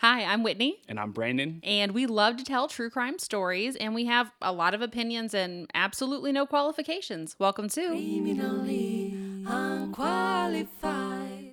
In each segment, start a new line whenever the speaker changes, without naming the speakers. Hi, I'm Whitney,
And I'm Brandon.
and we love to tell true crime stories, and we have a lot of opinions and absolutely no qualifications. Welcome to.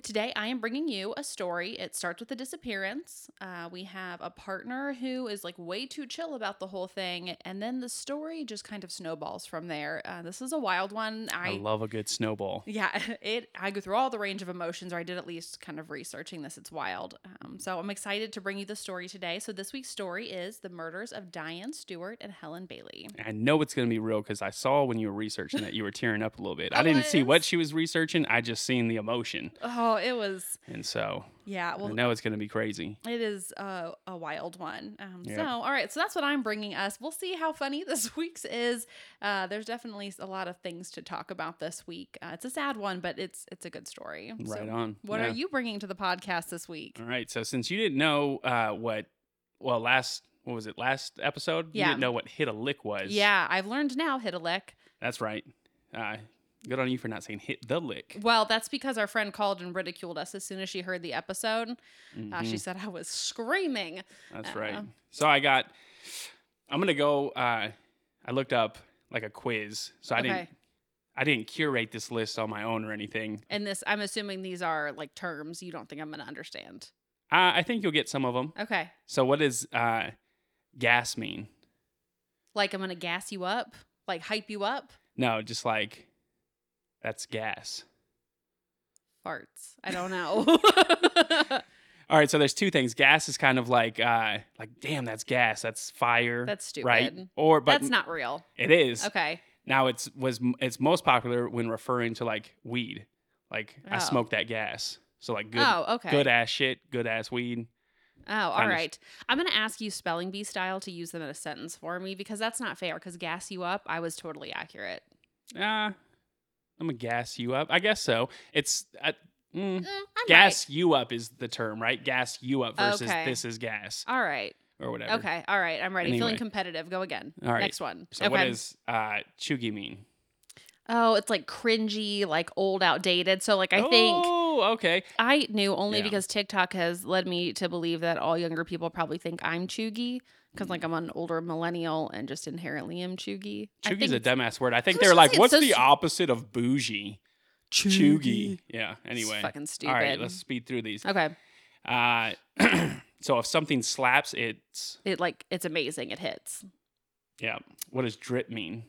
Today, I am bringing you a story. It starts with a disappearance. Uh, we have a partner who is like way too chill about the whole thing, and then the story just kind of snowballs from there. Uh, this is a wild one.
I, love a good snowball.
Yeah, it. I go through all the range of emotions, or I did at least kind of researching this. It's wild. Um, so I'm excited to bring you the story today. So this week's story is the murders of Diane Stewart and Helen Bailey.
And I know it's going to be real because I saw when you were researching that you were tearing up a little bit. I didn't see
was.
what she was researching, I just seen the emotion.
Oh, it was.
And so
Yeah.
I
Well,
know it's going to be crazy.
it is a, a wild one. Um,
Yeah.
So all right. So that's what I'm bringing us. We'll see how funny this week's is. Uh, there's definitely a lot of things to talk about this week. Uh, it's a sad one, but it's it's a good story. So
Right on.
What
Yeah.
are you bringing to the podcast this week?
All right. So since you didn't know uh, what, well, last, what was it, last episode? You
Yeah.
didn't know what hit a lick was.
Yeah, I've learned now. Hit a lick.
That's right. Uh, good on you for not saying hit the lick.
Well, that's because our friend called and ridiculed us as soon as she heard the episode. Uh,
Mhm.
she said I was screaming.
That's
Uh,
right. So I got. I'm gonna go. Uh, I looked up like a quiz, so I didn't.
Okay.
I didn't curate this list on my own or anything.
And this, I'm assuming these are like terms you don't think I'm going to understand.
Uh, I think you'll get some of them.
Okay.
So what does uh, gas mean?
Like I'm going to gas you up, like hype you up.
No, just like that's gas.
Farts. I don't know.
All right, so there's two things. Gas is kind of like uh, like damn, that's gas. That's fire.
that's stupid.
right. Or but
that's not real.
it is.
Okay.
Now it's was it's most popular when referring to like weed. Like I
Oh.
smoked that gas. So like good
oh, okay.
good ass shit, good ass weed.
oh, all
kind of-
right. I'm going to ask you spelling bee style to use them in a sentence for me because that's not fair. Because gas you up, I was totally accurate.
Ah, I'm gonna gas you up. I guess so. It's uh, mm,
Mm, I
gas you up is the term, right? Gas you up versus
Okay.
this is gas
might. All right.
or whatever.
Okay. All right. I'm ready. Feeling
Anyway.
competitive. Go again.
All right.
Next one.
So
okay.
what does uh, chugi mean?
oh, it's like cringy, like old, outdated. So like I think
Oh, okay.
I knew only
Yeah.
because TikTok has led me to believe that all younger people probably think I'm chuggy because like I'm an older millennial and just inherently am chuggy. I
Chugi's a
think
dumbass word. I think
was
they were
gonna
like,
say, it's
"What's
so
the
s-
opposite of bougie?" Chugi. Yeah.
it's
Anyway.
fucking stupid.
All right. Let's speed through these.
okay.
Uh, so if something slaps, it's
It like it's amazing. It hits.
yeah. What does drip mean?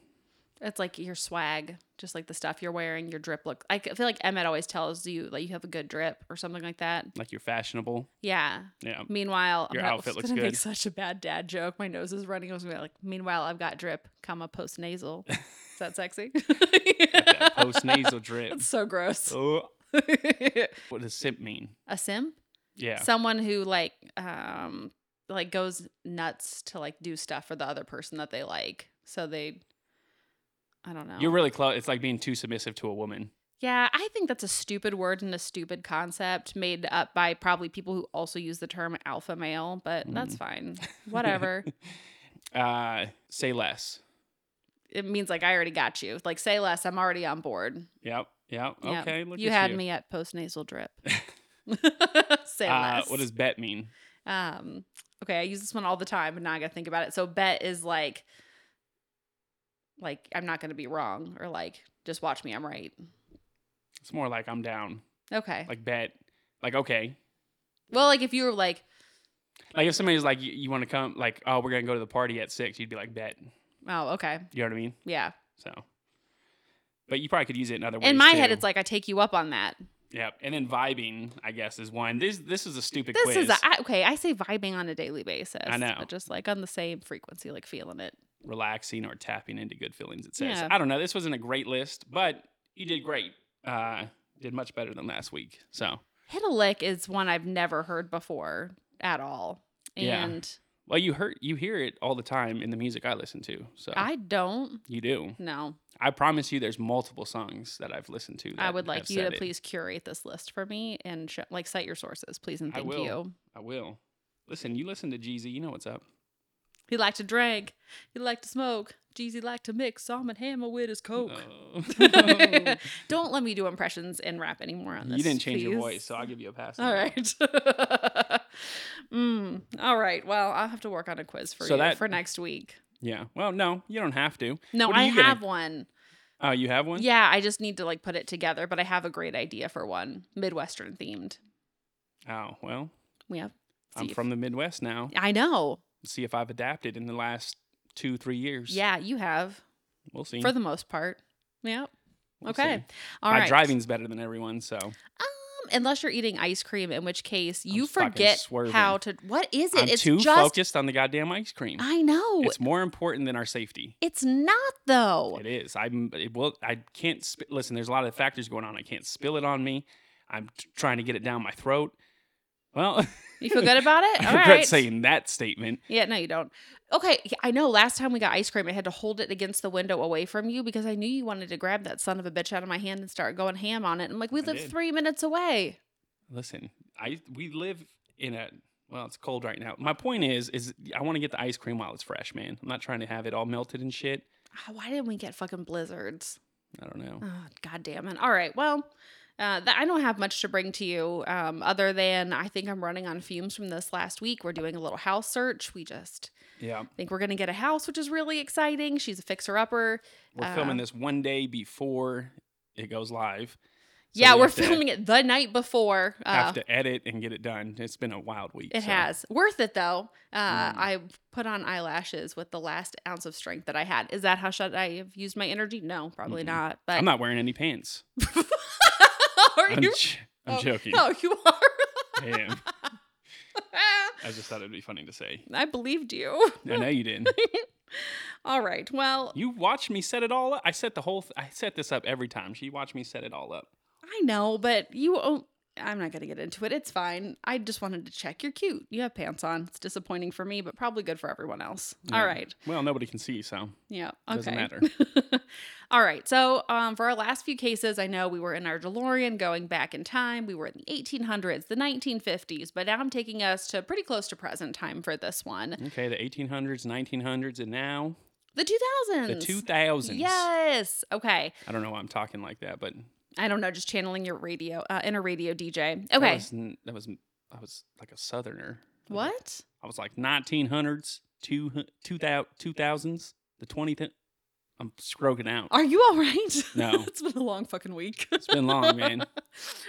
It's like your swag, just like the stuff you're wearing, your drip look. I c- feel like Emmett always tells you like you have a good drip or something like that.
Like you're fashionable.
Yeah.
Yeah.
Meanwhile,
Your
I'm not-
outfit
it's
looks
gonna Make
good.
such a bad dad joke. My nose is running. I was gonna be like, meanwhile, I've got drip, comma post nasal. Is that sexy?
Post nasal drip.
That's so gross.
Oh, what does simp mean?
a sim,
Yeah.
someone who like, um, like goes nuts to like do stuff for the other person that they like. So they, I don't know.
You're really close. It's like being too submissive to a woman.
yeah, I think that's a stupid word and a stupid concept made up by probably people who also use the term alpha male, but
Mm.
that's fine. Whatever.
Uh, say less.
it means like I already got you. Like say less, I'm already on board.
Yep. Yep.
Yeah.
Okay. Look
you
at
had
you.
me at post nasal drip. say
Uh,
less.
what does bet mean?
um okay, I use this one all the time, but now I gotta think about it. So bet is like like I'm not gonna be wrong or like just watch me, I'm right.
It's more like I'm down.
Okay.
Like bet. Like okay.
well, like if you were like
Like if somebody's like, you, you want to come? Like, oh, we're gonna go to the party at six. You'd be like, bet.
oh, okay.
You know what I mean?
Yeah.
So. But you probably could use it in other ways.
In my
too.
head it's like I take you up on that.
Yep. And then vibing, I guess, is one. This this is a stupid
This
quiz.
is a, I, okay, I say vibing on a daily basis.
I know.
But just like on the same frequency, like feeling it.
relaxing or tapping into good feelings. It says.
Yeah.
I don't know. This wasn't a great list, but you did great. Uh, did much better than last week. So,
Hit a lick is one I've never heard before at all.
Yeah.
And
well, you heard you hear it all the time in the music I listen to. So
I don't
you do.
know.
I promise you, there's multiple songs that I've listened to.
I
that
would
have
like you to
said it.
please curate this list for me and sh- like cite your sources, please and
I
thank
will.
you.
I will. Listen, you listen to Jeezy. You know what's up.
He liked to drink. He liked to smoke. Jeezy liked to mix salmon hammer with his coke.
Oh.
don't let me do impressions and rap anymore on this.
you didn't change your
please.
voice, so I'll give you a pass. on
All
that.
right. Mm. All right. Well, I'll have to work on a quiz for
So
you
that-
for next week.
Yeah. Well, no, you don't have to.
No,
What are
I
you gonna-
have one.
Oh, you have one?
Yeah, I just need to like put it together, but I have a great idea for one Midwestern themed.
Oh, well,
We have.
I'm
Steve.
from the Midwest now.
I know.
See if I've adapted in the last two, three years.
Yeah, you have
We'll see.
for the most part. Yep.
We'll
okay.
see.
All
My
right.
driving's better than everyone, so
Um, unless you're eating ice cream, in which case you
fucking
forget
swerving.
how to. What is it?
I'm
it's
too
just.
focused on the goddamn ice cream.
I know. It's,
It's more important than our safety.
not though.
It is. I'm. It will. I can't. Sp- listen, there's a lot of factors going on. I can't spill it on me. I'm t- trying to get it down my throat. Well,
You feel good about it?
I
All
regret
right.
saying that statement.
Yeah, no, you don't. Okay, yeah, I know. Last time we got ice cream, I had to hold it against the window away from you because I knew you wanted to grab that son of a bitch out of my hand and start going ham on it. I'm like, we
I
live
did.
three minutes away.
Listen, I we live in a well, it's cold right now. My point is, is I want to get the ice cream while it's fresh, man. I'm not trying to have it all melted and shit.
Ah, Why didn't we get fucking blizzards?
I don't know.
Oh, God damn it. All right, well, uh, th- I don't have much to bring to you um, other than I think I'm running on fumes from this last week. We're doing a little house search. We just
Yeah,
think we're going to get a house, which is really exciting. She's a fixer upper.
we're
Uh,
filming this one day before it goes live. So
yeah,
we
we're
have to-
filming it the night before. uh,
Have to edit and get it done. It's been a wild week.
It
so.
has. Worth it though. Uh,
Mm.
I put on eyelashes with the last ounce of strength that I had. Is that how should I have used my energy? No, probably
Mm-mm.
not. But
I'm not wearing any pants.
are
I'm,
you?
j- I'm
oh,
joking.
Oh, you are.
I am. I just thought it'd be funny to say.
I believed you.
I know you didn't.
All right. Well,
You watched me set it all up. I set the whole. Th- I set this up every time. She watched me set it all up.
I know, but you. Oh, I'm not gonna get into it. It's fine. I just wanted to check. You're cute. You have pants on. It's disappointing for me, but probably good for everyone else.
Yeah.
All right.
Well, nobody can see, so
Yeah. Okay.
Doesn't matter.
All right. So, um, for our last few cases, I know we were in our DeLorean going back in time. We were in the 1800s, the 1950s, but now I'm taking us to pretty close to present time for this one
Okay, the 1800s, 1900s, and now
the 2000s.
the 2000s.
Yes. Okay.
I don't know why I'm talking like that, but
I don't know. Just channeling your radio, uh, inner radio DJ.
that
Okay.
was, n- that was I was like a southerner.
What?
I was like 1900s, two hu- two thou- 2000s, the 20th. I'm stroking out.
Are you all right?
No.
it's been a long fucking week.
It's been long, man.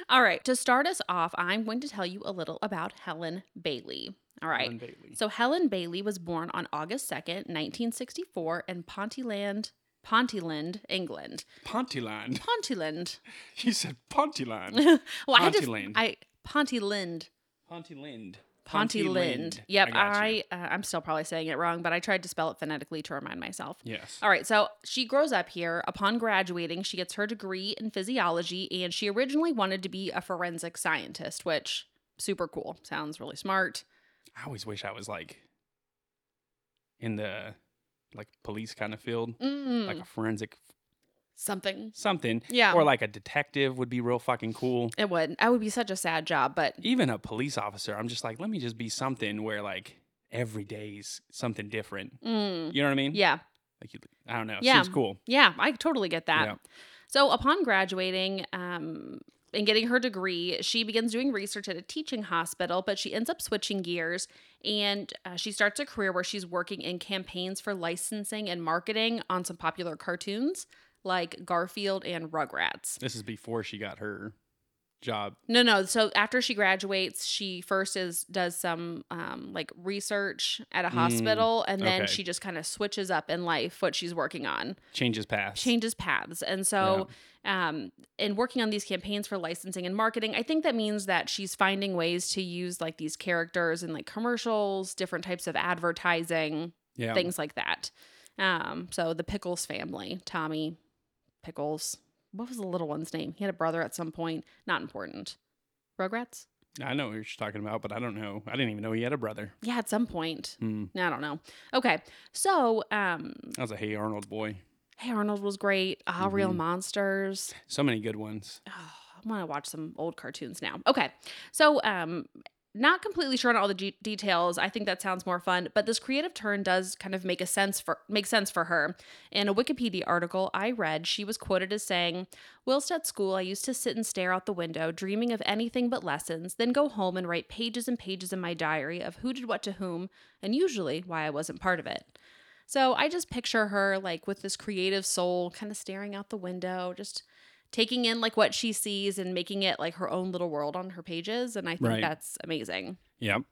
all right. To start us off, I'm going to tell you a little about Helen Bailey. All right.
Ellen Bailey.
So Helen Bailey was born on August 2nd, 1964 in Pontyland, Pontyland, England.
Pontyland.
Pontyland.
You said Pontyland.
well, I had to
Pontyland.
I Pontyland.
Pontyland.
Pontyland. Yep,
got you.
I, uh, I'm still probably saying it wrong, but I tried to spell it phonetically to remind myself.
Yes.
All right, so she grows up here. Upon graduating, she gets her degree in physiology and she originally wanted to be a forensic scientist, which super cool. Sounds really smart.
I always wish I was like in the like police kind of field,
Mm,
like a forensic
something.
something.
Yeah.
Or like a detective would be real fucking cool.
it would. That would be such a sad job, but
Even a police officer, I'm just like, let me just be something where like every day's something different.
Mm,
You know what I mean?
yeah.
Like you, I don't know.
Yeah.
Seems cool.
Yeah. I totally get that.
Yeah.
So, upon graduating um, and getting her degree, she begins doing research at a teaching hospital, but she ends up switching gears and uh, she starts a career where she's working in campaigns for licensing and marketing on some popular cartoons like Garfield and Rugrats.
This is before she got her job.
No, no. So after she graduates, she first is does some um, like research at a
Mm,
hospital, and then
okay.
she just kind of switches up in life what she's working on.
Changes paths.
changes paths. And so, um, in working on these campaigns for licensing and marketing, I think that means that she's finding ways to use like these characters in like commercials, different types of advertising,
yeah.
things like that. Um, so the Pickles family, Tommy Pickles. What was the little one's name? He had a brother at some point. Not important. Rugrats?
I know what you're talking about, but I don't know. I didn't even know he had a brother.
Yeah, at some point.
Hmm.
I don't know. Okay. So, um,
I was a Hey Arnold boy.
Hey Arnold was great. Ah, Real
Mhm.
Monsters.
So many good ones.
Oh, I want to watch some old cartoons now. Okay. So, um, not completely sure on all the g- details. I think that sounds more fun, but this creative turn does kind of make a sense for make sense for her. In a Wikipedia article I read, she was quoted as saying, "Whilst at school, I used to sit and stare out the window, dreaming of anything but lessons, then go home and write pages and pages in my diary of who did what to whom, and usually why I wasn't part of it." So I just picture her like with this creative soul, kind of staring out the window, just taking in like what she sees and making it like her own little world on her pages. And I think
Right.
that's amazing.
Yep.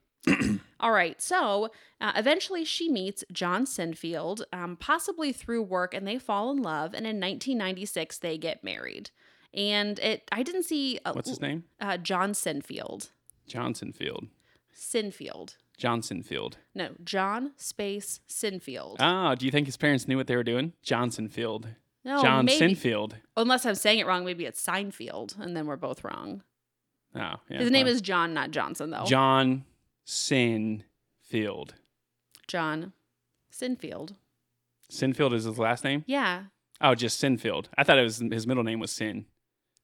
All right, so uh, eventually she meets John Sinfield, um, possibly through work, and they fall in love. And in 1996, they get married. And it, I didn't see uh,
What's his name?
Uh, John Sinfield.
Johnsonfield.
Sinfield.
Johnsonfield.
No, John Space Sinfield.
Ah, do you think his parents knew what they were doing? Johnsonfield.
no,
John
maybe-
Sinfield.
Unless I'm saying it wrong, maybe it's Seinfeld, and then we're both wrong.
Oh, yeah.
His name
well,
is John, not Johnson, though.
John Sinfield.
John Sinfield.
Sinfield is his last name?
Yeah.
Oh, just Sinfield. I thought it was his middle name was Sin.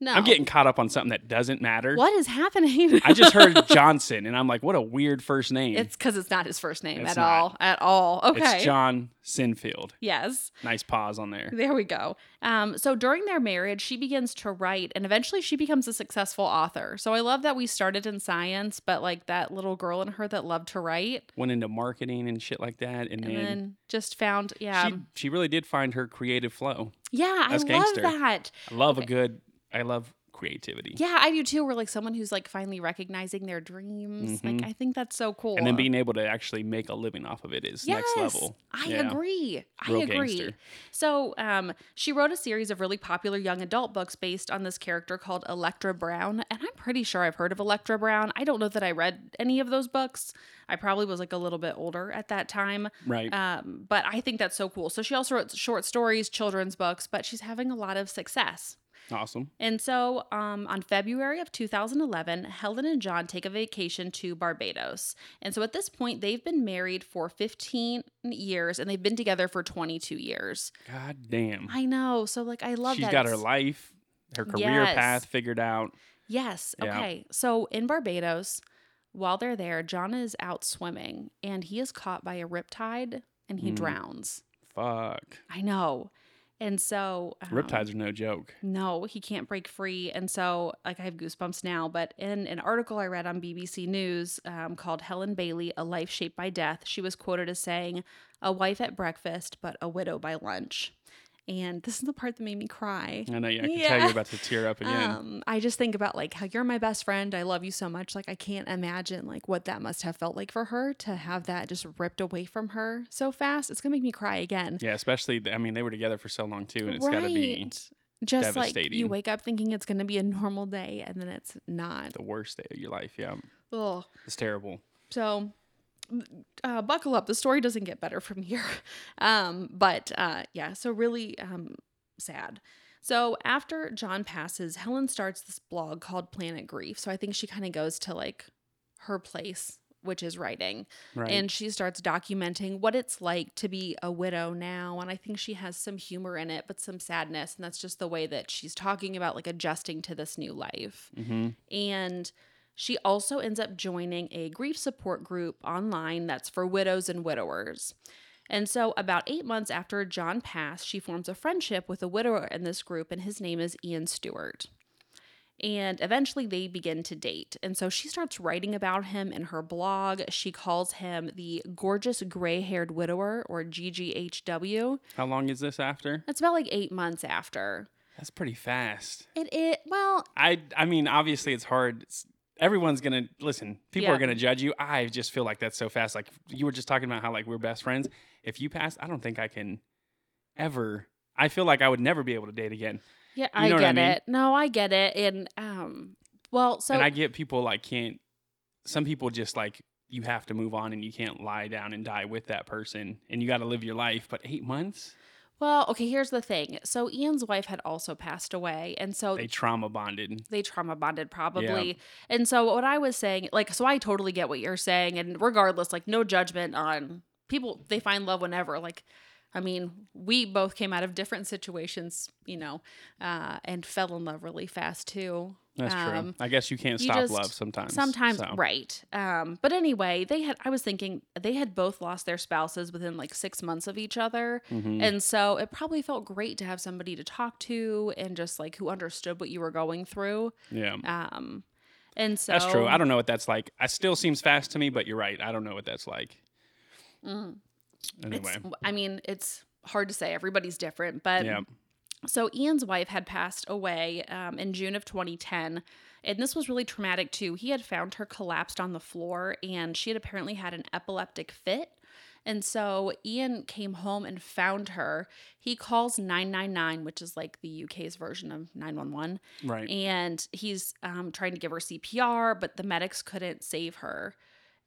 No.
I'm getting caught up on something that doesn't matter.
What is happening?
I just heard Johnson and I'm like, what a weird first name.
It's because it's not his first name
It's
at
not.
all. At all.
It's
Okay.
John Sinfield.
Yes.
Nice pause on there.
There we go. Um, so during their marriage, she begins to write and eventually she becomes a successful author. So I love that we started in science, but like that little girl in her that loved to write
Went into marketing and shit like that.
and
And, then,
then just found, yeah.
Mm. she, she really did find her creative flow.
yeah, I
that's
love
gangster.
that.
I love a
Okay.
good, I love creativity.
Eh, Yeah, I do too. We're like someone who's like finally recognizing their dreams.
Mhm.
Like I think that's so cool.
And then being able to actually make a living off of it is next level.
I
Yeah.
agree. I
Real
agree.
gangster.
So um, she wrote a series of really popular young adult books based on this character called Electra Brown. And I'm pretty sure I've heard of Electra Brown. I don't know that I read any of those books. I probably was like a little bit older at that time.
Right.
Um, but I think that's so cool. So she also wrote short stories, children's books, but she's having a lot of success.
awesome.
And so um, on February of 2011, Helen and John take a vacation to Barbados. And so at this point, they've been married for 15 years and they've been together for 22 years.
God damn.
I know. So, like, I love
She's
that.
got her
It's-
life, her career
Yes.
path figured out.
Yes.
Yeah.
Okay. So in Barbados, while they're there, John is out swimming and he is caught by a riptide and he
Mm.
drowns.
Fuck.
I know. And so. um,
Riptides are no joke.
No, he can't break free. And so, like, I have goosebumps now. But in an article I read on BBC News um, called Helen Bailey, A Life Shaped by Death, she was quoted as saying, A wife at breakfast, but a widow by lunch. And this is the part that made me cry.
I know. Yeah, I can tell
Yeah.
you're about to tear up again.
Um, I just think about like how you're my best friend. I love you so much. Like I can't imagine like what that must have felt like for her to have that just ripped away from her so fast. It's gonna make me cry again.
yeah, especially. th- I mean, they were together for so long too, and it's got to be
Right. just like you
devastating.
wake up thinking it's going to be a normal day and then it's not.
the worst day of your life. Yeah,
Ugh.
it's terrible.
So uh, buckle up. The story doesn't get better from here. Um, but uh, yeah, so really um, sad. So after John passes, Helen starts this blog called Planet Grief. So I think she kind of goes to like her place, which is writing.
Right.
And she starts documenting what it's like to be a widow now. And I think she has some humor in it, but some sadness. And that's just the way that she's talking about like adjusting to this new life.
mm-hmm.
And she also ends up joining a grief support group online that's for widows and widowers. And so, about eight months after John passed, she forms a friendship with a widower in this group, and his name is Ian Stewart. And eventually, they begin to date. And so, she starts writing about him in her blog. She calls him the gorgeous gray haired widower, or GGHW.
How long is this after?
That's about like eight months after.
That's pretty fast.
It, it well,
I. I mean, obviously, it's hard. It's, everyone's gonna listen. People
Yeah.
are gonna judge you. I just feel like that's so fast. Like you were just talking about how like we're best friends. If you pass, I don't think I can ever. I feel like I would never be able to date again.
Yeah,
You
I
know what
get
I mean?
it. No, I get it. And um, well, so
and I get people like can't. Some people just like you have to move on and you can't lie down and die with that person and you got to live your life. But eight months,
well, okay. Here's the thing. So Ian's wife had also passed away, and so
they
they,
trauma bonded.
trauma bonded probably. And so what I was saying, like, so I totally get what you're saying, and regardless, like, no judgment on people. They find love whenever, like. I mean, we both came out of different situations, you know, uh, and fell in love really fast too.
That's true.
Um,
I guess you can't
you
stop
just-
love sometimes.
Sometimes,
so.
right. Um, but anyway, they had, I was thinking, they had both lost their spouses within like six months of each other.
Mhm.
And so it probably felt great to have somebody to talk to and just like who understood what you were going through.
Yeah.
Um, and so
That's true. I don't know what that's like. I still seems fast to me, but you're right. I don't know what that's like.
Mm. It's-
Anyway.
I mean, it's hard to say. Everybody's different, but
Yeah.
so Ian's wife had passed away um, in June of 2010, and this was really traumatic too. He had found her collapsed on the floor, and she had apparently had an epileptic fit. And so Ian came home and found her. He calls 999, which is like the UK's version of 911,
Right.
and he's um, trying to give her CPR, but the medics couldn't save her.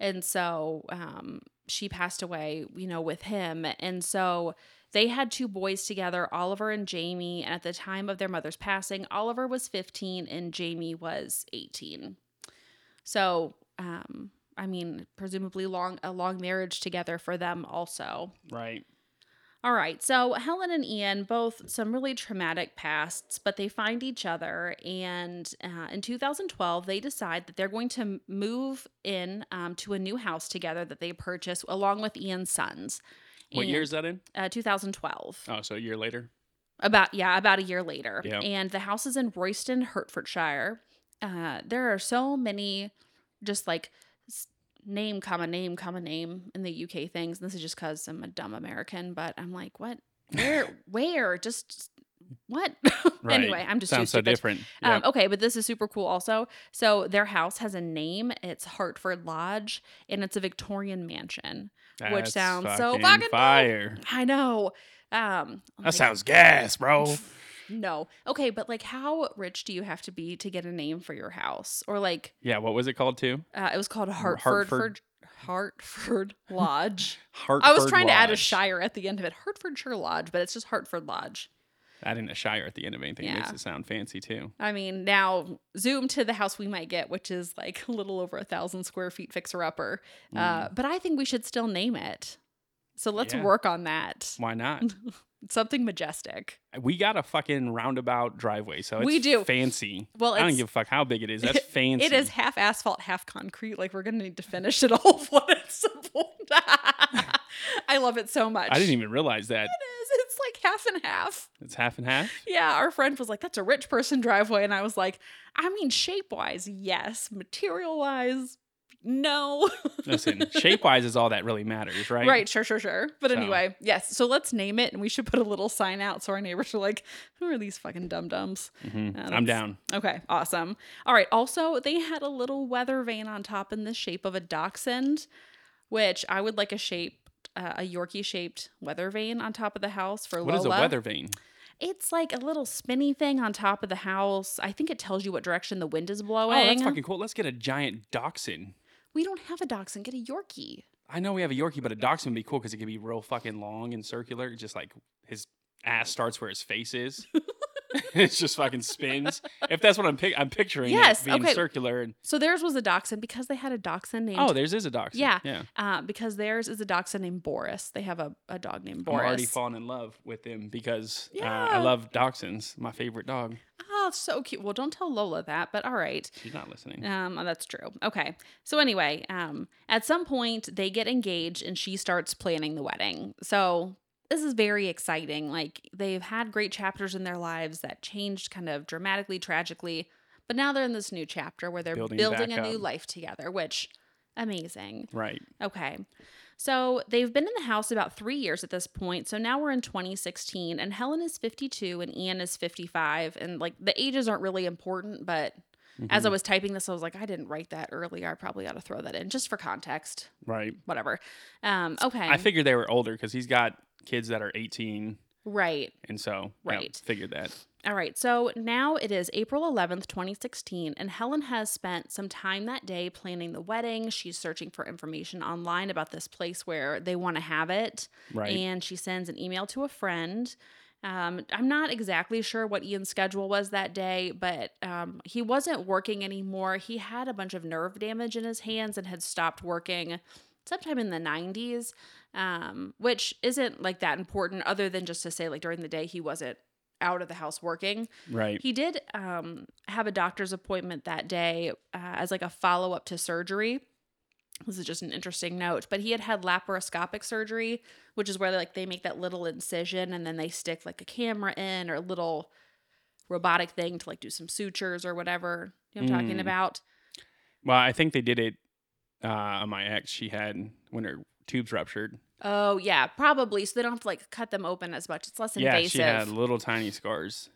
And so um, she passed away, you know, with him. And so they had two boys together, Oliver and Jamie. And at the time of their mother's passing, Oliver was 15 and Jamie was 18. So, um, I mean, presumably long a long marriage together for them also.
right.
All right, so Helen and Ian both some really traumatic pasts, but they find each other. And uh, in 2012, they decide that they're going to m- move in um, to a new house together that they purchase along with Ian's sons.
What
And,
year is that in?
Uh, 2012.
Oh, so a year later.
About yeah, about a year later.
Yeah.
And the house is in Royston, Hertfordshire. Uh, there are so many just like s- name comma name comma name in the UK things. And this is just because I'm a dumb American, but I'm like, what? Where? where? Just what?
Right.
Anyway, I'm just too
Sounds so
stupid.
different.
Um,
yeah.
okay, but this is super cool also. So their house has a name. It's Hartford Lodge, and it's a Victorian mansion. oh, which
That's
sounds so
fucking
fucking dope.
fire.
I know. Um, I'm
That
like,
sounds gas, bro.
no. Okay, but like how rich do you have to be to get a name for your house? Or like
Yeah, what was it called too?
uh, it was called Hartford
Hartford-
Hartford, Lodge.
Hartford.
I was trying to add a
Lodge.
shire at the end of it. Hertfordshire Lodge, but it's just Hartford Lodge.
Adding a shire at the end of anything makes
Yeah.
it sound fancy too.
I mean, now zoom to the house we might get, which is like a little over a thousand square feet fixer upper. Uh, but I think we should still name it. So let's
Mm. Yeah.
work on that.
Why not?
Something majestic.
We got a fucking roundabout driveway, so it's
We do.
fancy.
Well,
I don't
it's-
give a fuck how big it is. That's fancy.
It is half asphalt, half concrete. Like we're gonna need to finish it all for at some point. I love it so much.
I didn't even realize that.
It is. It's like half and half.
It's half and half.
Yeah, our friend was like, "That's a rich person driveway," and I was like, "I mean, shape wise, yes. Material wise, no."
Listen, shape wise is all that really matters, right?
Right. sure, sure, sure. But
So-
anyway, yes. So let's name it, and we should put a little sign out so our neighbors are like, "Who are these fucking dum dums?"
Mhm.
Yeah,
I'm
Uh, that's-
down.
Okay, awesome. All right. Also, they had a little weather vane on top in the shape of a dachshund, which I would like a shape, uh, a Yorkie shaped weather vane on top of the house for
What
Lola.
is a weather vane?
It's like a little spinny thing on top of the house. I think it tells you what direction the wind is blowing.
Oh, that's fucking cool. Let's get a giant dachshund.
we don't have a dachshund. Get a Yorkie.
I know we have a Yorkie, but a dachshund would be cool because it could be real fucking long and circular. Just like his ass starts where his face is. it's just fucking spins. If that's what I'm pic- I'm picturing, it
Yes,
being
okay.
circular and
So theirs was a dachshund because they had a dachshund named.
oh, theirs is a dachshund.
Yeah.
yeah.
uh, because theirs is a dachshund named Boris. They have a, a dog named
I'm
Boris.
already falling in love with them because uh, I
Yeah.
love dachshunds. My favorite dog.
oh, so cute. Well, don't tell Lola that, but all right.
She's not listening.
Um, oh, that's true. Okay. So anyway, um, at some point they get engaged and she starts planning the wedding. So this is very exciting. Like they've had great chapters in their lives that changed kind of dramatically, tragically, but now they're in this new chapter where they're
Building
building,
back
a new
up.
life together, which amazing.
Right.
Okay. So they've been in the house about three years at this point. So now we're in 2016, and Helen is 52 and Ian is 55. And like the ages aren't really important, but as I was typing this, I was like, I didn't write that earlier. I probably ought to throw that in just for context.
Right.
Whatever. Um, okay.
I figured they were older because he's got kids that are 18,
right.
and so
Right.
I figured that.
All right, so now it is April 11th, 2016, and Helen has spent some time that day planning the wedding. She's searching for information online about this place where they want to have it.
Right.
And she sends an email to a friend. Um, I'm not exactly sure what Ian's schedule was that day, but um, he wasn't working anymore. He had a bunch of nerve damage in his hands and had stopped working. sometime in the 90s, um, which isn't like that important other than just to say, like, during the day, he wasn't out of the house working.
Right.
He did um, have a doctor's appointment that day uh, as like a follow up to surgery. This is just an interesting note, but he had had laparoscopic surgery, which is where they, like they make that little incision and then they stick like a camera in or a little robotic thing to like do some sutures or whatever. You know what I'm talking
Mm.
about?
Well, I think they did it uh, on my ex. She had when her tubes ruptured.
Oh yeah, probably. So they don't have to like cut them open as much. It's less
yeah,
invasive.
she had little tiny scars,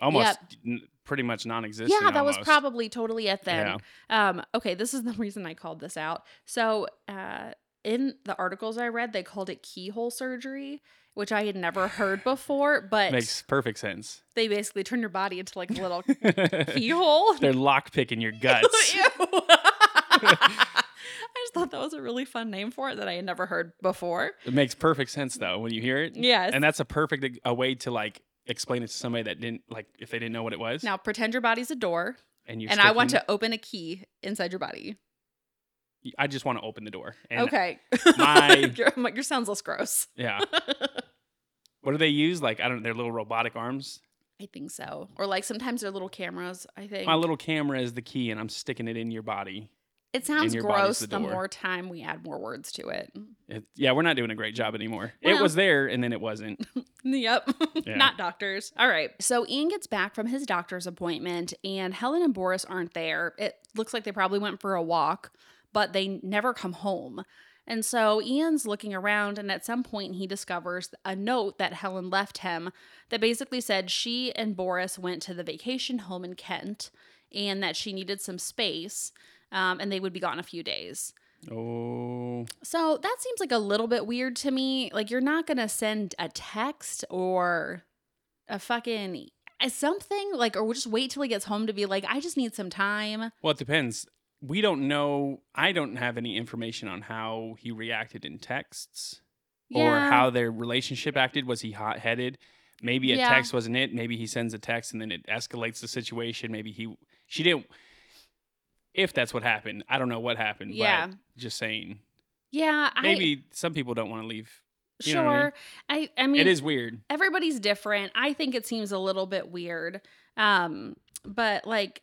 almost n- pretty much non-existent.
Yeah, that was
almost.
probably totally it then. Um, okay, this is the reason I called this out. So uh, in the articles I read, they called it keyhole surgery, which I had never heard before. But
makes perfect sense.
they basically turn your body into like a little
They're
keyhole.
lock picking your guts.
Ew. I just thought that was a really fun name for it that I had never heard before.
it makes perfect sense though when you hear it.
Yes.
and that's a perfect e- a way to like explain it to somebody that didn't like if they didn't know what it was.
now pretend your body's a door,
and you
and I want to open a key inside your body.
I just want to open the door. And
okay.
my-
your, my- your sounds less gross.
Yeah. what do they use? Like I don't. Their little robotic arms.
I think so. Or like sometimes they're little cameras, I think.
My little camera is the key, and I'm sticking it in your body.
it sounds
your body's
gross
the
the,
door.
more time we add more words to it.
It, yeah, we're not doing a great job anymore. it
Well-
was there, and then it wasn't.
Yep.
Yeah.
Not doctors. All right. So Ian gets back from his doctor's appointment and Helen and Boris aren't there. It looks like they probably went for a walk, but they never come home. And so Ian's looking around and at some point he discovers a note that Helen left him that basically said she and Boris went to the vacation home in Kent and that she needed some space um, and they would be gone a few days.
Oh,
So that seems like a little bit weird to me. Like you're not gonna send a text or a fucking uh, something like, or we'll just wait till he gets home to be like, I just need some time.
well, it depends. We don't know. I don't have any information on how he reacted in texts or
Yeah.
how their relationship acted. Was he hot headed? Maybe a
Yeah.
text wasn't it. Maybe he sends a text and then it escalates the situation. Maybe he she didn't. If that's what happened, I don't know what happened.
Yeah.
but just saying.
Yeah, I
Maybe some people don't want to leave. you know what I
sure. I I, mean,
it is weird.
everybody's different. I think it seems a little bit weird. Um, but like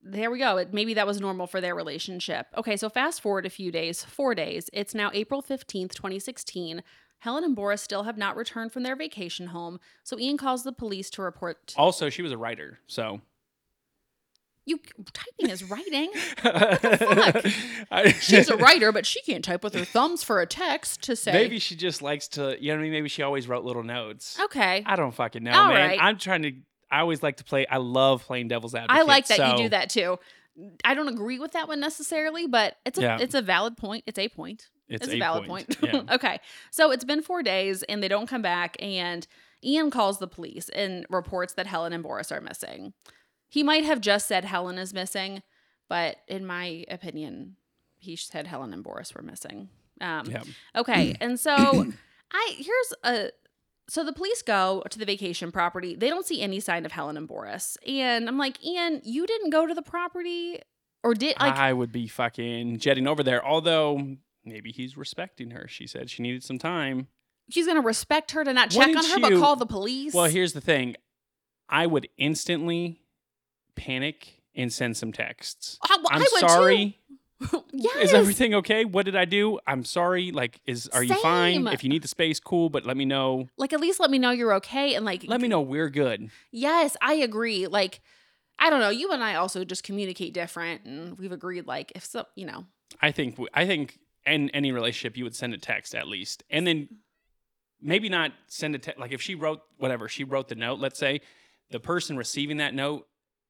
there we go. It, maybe that was normal for their relationship. Okay, so fast forward a few days, 4 days. It's now April 15th, 2016. Helen and Boris still have not returned from their vacation home, so Ian calls the police to report.
Also, she was a writer, so.
You typing is writing.
the fuck?
She's a writer, but she can't type with her thumbs for a text to say.
Maybe she just likes to, you know what I mean? Maybe she always wrote little notes.
Okay.
I don't fucking know,
All
man.
right.
I'm trying to, I always like to play, I love playing devil's advocate.
I like that you
so-
do that too. I don't agree with that one necessarily, but it's a
Yeah.
it's a valid point. It's a point.
It's,
It's, a, valid point.
yeah.
okay. So it's been four days and they don't come back. And Ian calls the police and reports that Helen and Boris are missing. He might have just said Helen is missing, but in my opinion, he said Helen and Boris were missing. Um,
Yeah.
Okay. And so I here's a so the police go to the vacation property. They don't see any sign of Helen and Boris. And I'm like, Ian, you didn't go to the property or did like
I would be fucking jetting over there. Although maybe he's respecting her. She said she needed some time.
he's gonna respect her to not
Why
check on
didn't
her but
you-
call the police.
Well, here's the thing I would instantly panic and send some texts.
I, well,
I'm
I would too.
sorry.
yes.
Is everything okay? What did I do? I'm sorry. Like, is are you fine?
Same.
If you need the space, cool. But let me know.
like at least let me know you're okay and like
Let me know we're good.
Yes, I agree. Like I don't know, you and I also just communicate different and we've agreed like if so, you know.
I think. w- I think. In any relationship, you would send a text at least, and then maybe not send a text. Like if she wrote whatever she wrote the note, let's say the person receiving that note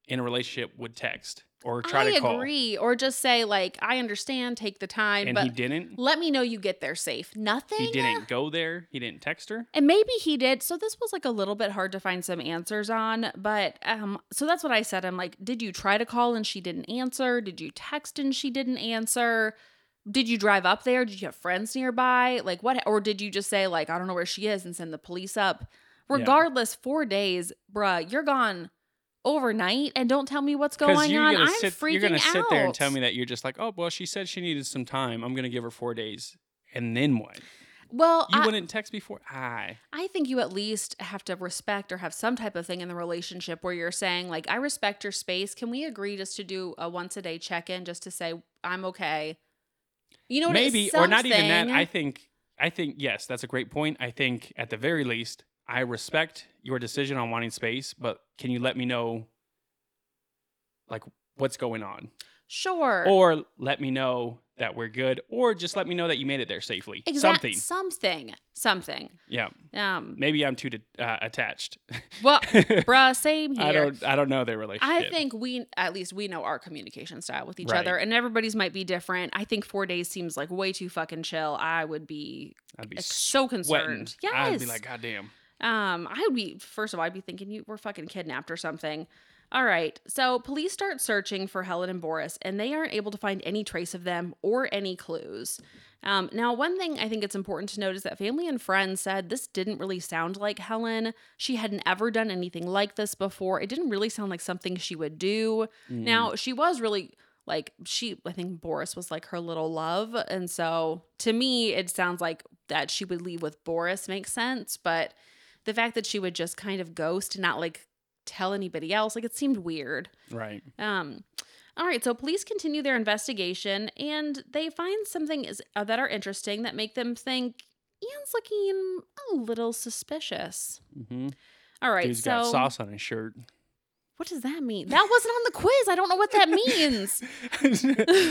in a relationship would text or try
I
to call,
agree or just say like I understand, take the time,
and
but
he didn't.
let me know you get there safe. Nothing.
He didn't go there. He didn't text her.
And maybe he did. So this was like a little bit hard to find some answers on, but um so that's what I said. I'm like, did you try to call and she didn't answer? Did you text and she didn't answer? Did you drive up there? Did you have friends nearby? Like what or did you just say like I don't know where she is and send the police up?
Yeah.
Regardless, 4 days, bruh, you're gone overnight and don't tell me what's
Because
going
you're
on.
gonna
I'm
sit,
freaking
you're gonna
out.
sit there and tell me that you're just like, oh well, she said she needed some time. I'm gonna give her four days, and then what?
Well,
You
I,
wouldn't text before. I
I think you at least have to respect or have some type of thing in the relationship where you're saying, like, I respect your space. Can we agree just to do a once a day check in just to say, I'm okay? You know, what it is?
maybe or not even that.
Something-
I think I think yes, that's a great point. I think at the very least, I respect your decision on wanting space, but can you let me know, like what's going on,
sure.
or let me know that we're good, or just let me know that you made it there safely.
Exact-
Something.
Something. Something.
Yeah.
Um,
Maybe I'm too de- uh, attached.
well, bruh, same here.
I don't. I don't know their relationship.
I think we, at least we know our communication style with each
Right.
other, and everybody's might be different. I think four days seems like way too fucking chill. I would be
I'd be
ex- so
sweating.
concerned. Yes.
I'd be like, God damn.
Um, I would be first of all, I'd be thinking you were fucking kidnapped or something. All right. So police start searching for Helen and Boris, and they aren't able to find any trace of them or any clues. Um, now, one thing I think it's important to note is that family and friends said this didn't really sound like Helen. She hadn't ever done anything like this before. It didn't really sound like something she would do.
Mm.
Now, she was really like she I think Boris was like her little love and so to me it sounds like that she would leave with Boris makes sense but the fact that she would just kind of ghost and not like tell anybody else like it seemed weird.
Mm, right.
Um all right, so police continue their investigation and they find something is, uh, that are interesting that make them think Ian's looking a little suspicious.
Mm-hmm.
All right,
Dude's
so
got sauce on his shirt.
what does that mean? That wasn't on the quiz. I don't know what that means.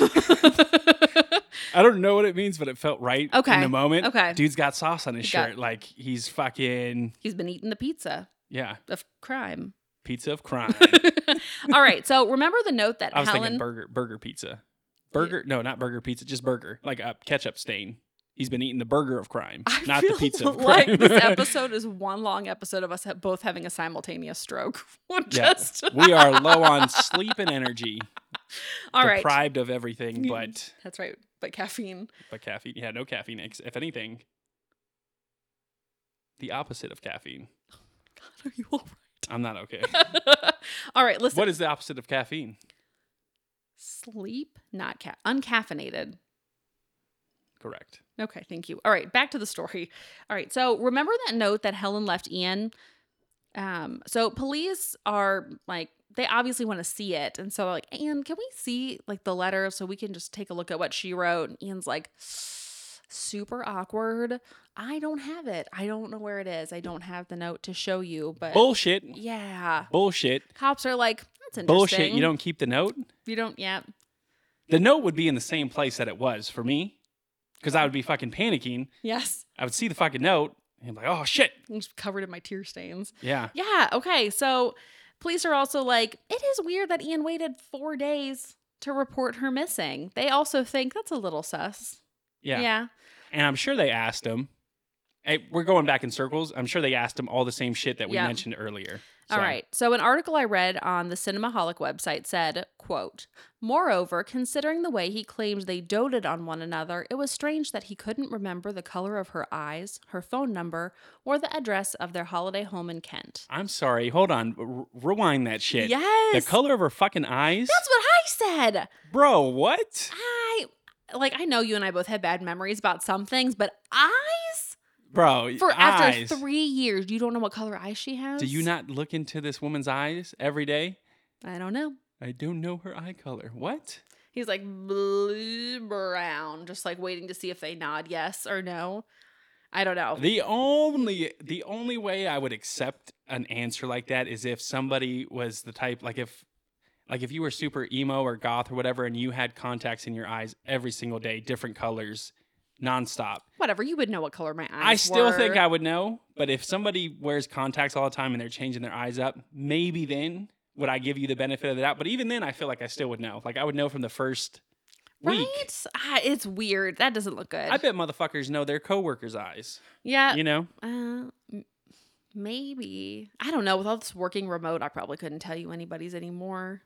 I don't know what it means, but it felt right in
Okay,
the moment.
okay.
Dude's got sauce on his
He got-
shirt. like he's fucking
He's been eating the pizza
yeah,
of crime.
pizza of crime.
All right, so remember the note that
I was
Helen
thinking burger burger pizza. Burger no, not burger pizza, just burger. Like a ketchup stain. He's been eating the burger of crime,
I
not
feel
the pizza of crime.
Like this episode is one long episode of us ha- both having a simultaneous stroke. We're
Yeah.
Just
we are low on sleep and energy,
all right.
deprived of everything
Mm.
but
That's right. But caffeine.
but caffeine. Yeah, no caffeine. Ex- If anything, the opposite of caffeine.
Are you all
I'm not okay.
right? all right. Listen.
what is the opposite of caffeine?
Sleep, not ca- uncaffeinated.
Correct.
Okay, thank you. All right, back to the story. All right, so remember that note that Helen left Ian? Um, so police are like they obviously want to see it, and so they're like, Ian, can we see like the letter so we can just take a look at what she wrote? And Ian's like, super awkward. I don't have it. I don't know where it is. I don't have the note to show you. But
Bullshit.
yeah,
Bullshit.
cops are like, that's interesting.
Bullshit. You don't keep the note?
You don't. Yeah.
The note would be in the same place that it was for me because I would be fucking panicking.
Yes.
I would see the fucking note and be like, oh shit.
I'm just covered in my tear stains.
Yeah.
Yeah. Okay. So police are also like, it is weird that Ian waited four days to report her missing. They also think that's a little sus.
Yeah.
yeah.
And I'm sure they asked him. Hey, we're going back in circles. I'm sure they asked him all the same shit that we
Yeah.
mentioned earlier.
All
So,
right. So an article I read on the Cinemaholic website said, quote, Moreover, considering the way he claimed they doted on one another, it was strange that he couldn't remember the color of her eyes, her phone number, or the address of their holiday home in Kent.
I'm sorry. Hold on. R- rewind that shit.
Yes.
The color of her fucking eyes?
That's what I said.
Bro, what?
I like I know you and I both have bad memories about some things, but eyes
Bro,
for
eyes.
after three years, you don't know what color eyes she has.
Do you not look into this woman's eyes every day?
I don't know.
I don't know her eye color. What?
He's like blue brown, just like waiting to see if they nod yes or no. I don't know.
The only the only way I would accept an answer like that is if somebody was the type like if like if you were super emo or goth or whatever and you had contacts in your eyes every single day, different colors, nonstop.
Whatever, you would know what color my eyes.
I still
were.
think I would know, but if somebody wears contacts all the time and they're changing their eyes up, maybe then would I give you the benefit of the doubt? But even then I feel like I still would know. Like I would know from the first
right.
week.
Ah, it's weird. That doesn't look good.
I bet motherfuckers know their coworkers' eyes.
yeah.
You know?
Uh, m- maybe I don't know. With all this working remote, I probably couldn't tell you anybody's anymore.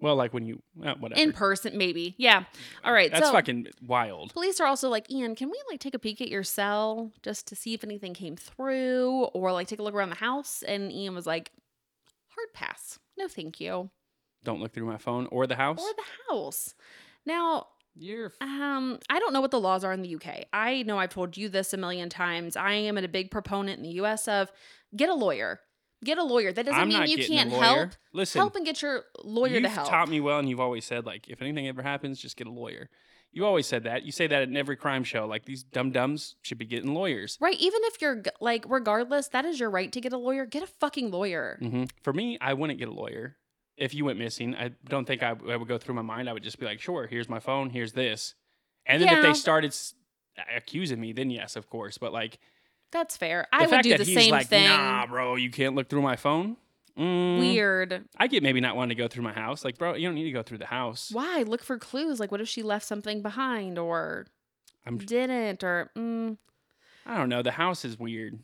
Well, like when you uh, whatever.
In person, maybe. Yeah. All right.
That's
so,
fucking wild.
Police are also like, Ian, can we like take a peek at your cell just to see if anything came through or like take a look around the house? And Ian was like, hard pass. No, thank you.
Don't look through my phone or the house.
Or the house. Now,
You're f-
Um, I don't know what the laws are in the UK. I know I've told you this a million times. I am a big proponent in the US of get a lawyer. Get a lawyer. That doesn't
I'm
mean
not
you
getting a
can't
lawyer.
help.
Listen,
help and get your lawyer
you've
to help.
taught me well, and you've always said like, if anything ever happens, just get a lawyer. You always said that. You say that in every crime show. Like these dum dums should be getting lawyers.
Right, even if you're g- like regardless, that is your right to get a lawyer. Get a fucking lawyer.
hmm For me, I wouldn't get a lawyer. If you went missing, I don't think I, I would go through my mind. I would just be like, sure, here's my phone, here's this. And then if
Yeah.
they started s- accusing me, then yes, of course. But like,
That's fair.
the
I would
fact
do
that
the
he's
same
like,
thing.
nah, bro, you can't look through my phone. Mm,
Weird.
I get maybe not wanting to go through my house. Like, bro, you don't need to go through the house.
Why? Look for clues. Like what if she left something behind or
I'm-
didn't or mm,
I don't know. The house is weird.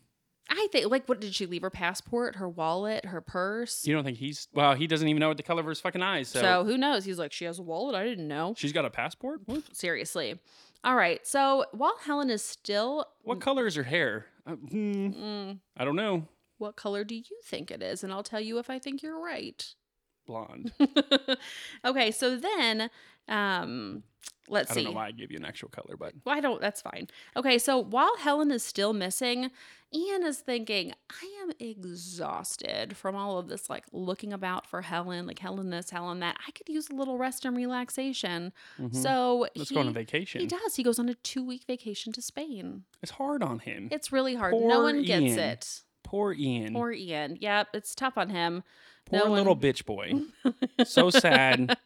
I think like what did she leave her passport, her wallet, her purse?
You don't think he's well? He doesn't even know what the color of his fucking eyes. So,
So, who knows? He's like, she has a wallet. I didn't know.
she's got a passport. What?
Seriously. All right. So while Helen is still,
What color is her hair? Uh, hmm,
mm,
I don't know.
what color do you think it is? And I'll tell you if I think you're right.
Blonde.
okay. So then, um, let's
I
see.
don't know why I gave you an actual color, but
Well, I don't. That's fine. Okay. So while Helen is still missing, Ian is thinking, I am exhausted from all of this, like looking about for Helen, like Helen this, Helen that. I could use a little rest and relaxation.
mhm.
So
let's go on a
he-
vacation.
He does. He goes on a two week vacation to Spain.
It's hard on him.
It's really hard.
Mm. Poor
no one gets
Ian.
it.
Poor Ian. Poor,
Poor Ian. Yep, it's tough on him. no one-
little bitch boy. so sad.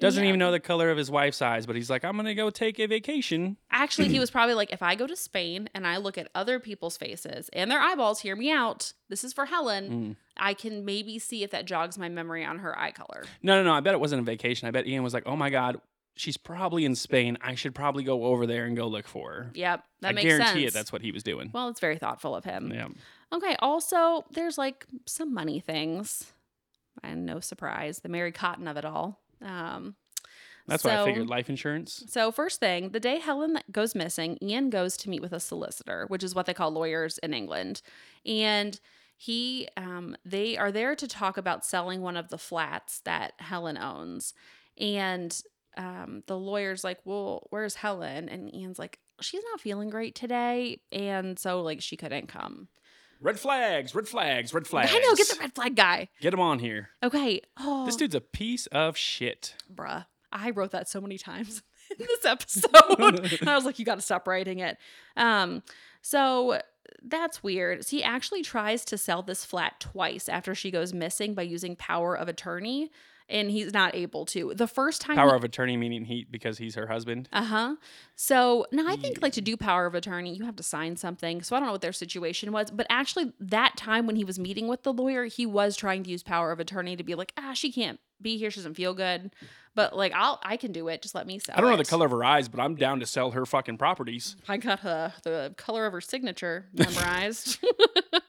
Doesn't
Yeah.
even know the color of his wife's eyes, but he's like, I'm gonna go take a vacation.
Actually, he was probably like, if I go to Spain and I look at other people's faces and their eyeballs, hear me out. This is for Helen.
Mm.
I can maybe see if that jogs my memory on her eye color.
No, no, no. I bet it wasn't a vacation. I bet Ian was like, Oh my god, she's probably in Spain. I should probably go over there and go look for her.
Yep, that
I
makes
guarantee
sense.
it. That's what he was doing.
well, it's very thoughtful of him.
yeah.
Okay. Also, there's like some money things, and no surprise, the Mary Cotton of it all. Um,
That's why I
so-
figured life insurance.
So, first thing, the day Helen goes missing, Ian goes to meet with a solicitor, which is what they call lawyers in England. And he, um, they are there to talk about selling one of the flats that Helen owns. And um, the lawyer's like, Well, where's Helen? And Ian's like, She's not feeling great today. And so, like, she couldn't come.
Red flags, red flags, red flags.
I know, get the red flag guy.
Get him on here.
Okay. Oh,
This dude's a piece of shit.
bruh. I wrote that so many times in this episode. And I was like, you got to stop writing it. Um, so that's weird. So he actually tries to sell this flat twice after she goes missing by using power of attorney, and he's not able to. The first time.
Power of attorney meaning he because he's her husband.
uh huh. So now I think like to do power of attorney, you have to sign something. So I don't know what their situation was, but actually that time when he was meeting with the lawyer, he was trying to use power of attorney to be like, ah, she can't be here, she doesn't feel good, but like I'll I can do it. Just let me sell.
I don't know the
it."
color of her eyes, but I'm down to sell her fucking properties.
I got uh, the color of her signature memorized.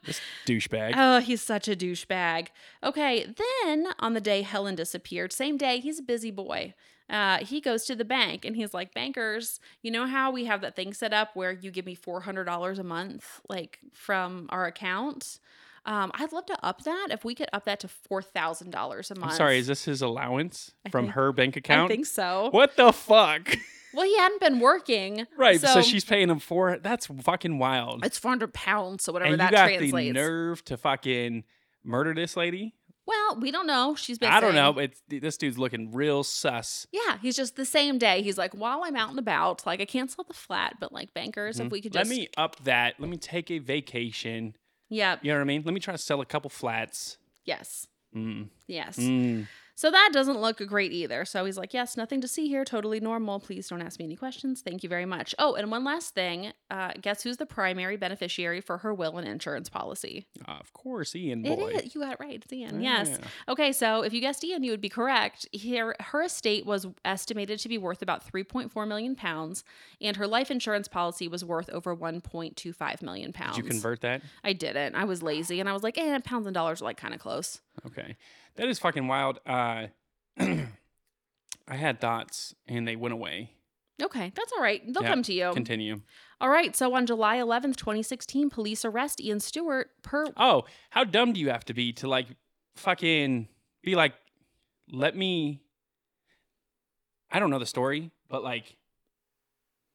This douchebag.
oh, he's such a douchebag. Okay, then on the day Helen disappeared, same day, he's a busy boy. Uh, he goes to the bank and he's like, Bankers, you know how we have that thing set up where you give me $400 a month, like from our account? Um, I'd love to up that if we could up that to $4,000 a
I'm
month.
sorry, is this his allowance
I
from
think-
her bank
I
account?
think so.
What the fuck?
Well, he hadn't been working.
right. So, she's paying him four. That's fucking wild.
It's 400 pounds, so whatever
And you
that
got the
translates.
nerve to fucking murder this lady?
Well, we don't know. She's been.
I don't know. But it's- this dude's looking real sus.
Yeah, he's just the same day. He's like, while I'm out and about, like I can't sell the flat, but like bankers,
Mhm.
if we could
Let
just
me up that. Let me take a vacation.
Yeah.
You know what I mean? Let me try to sell a couple flats.
Yes.
Mm,
Yes.
mm.
So that doesn't look great either. So he's like, yes, nothing to see here. Totally normal. Please don't ask me any questions. Thank you very much. Oh, and one last thing. Uh, guess who's the primary beneficiary for her will and insurance policy?
Of course, Ian
It
boy.
is. You got it right. It's Ian. Yes.
Yeah.
Okay, so if you guessed Ian, you would be correct. Her, her estate was estimated to be worth about 3.4 million pounds, and her life insurance policy was worth over 1.25 million pounds.
Did you convert that?
I didn't. I was lazy, and I was like, eh, pounds and dollars are like kind of close.
Okay, that is fucking wild. Uh, I had thoughts and they went away.
Okay, that's all right. They'll
Yeah,
come to you.
Continue.
all right, so on July 11th, 2016, police arrest Ian Stewart per.
Oh, how dumb do you have to be to like fucking be like, let me. I don't know the story, but like,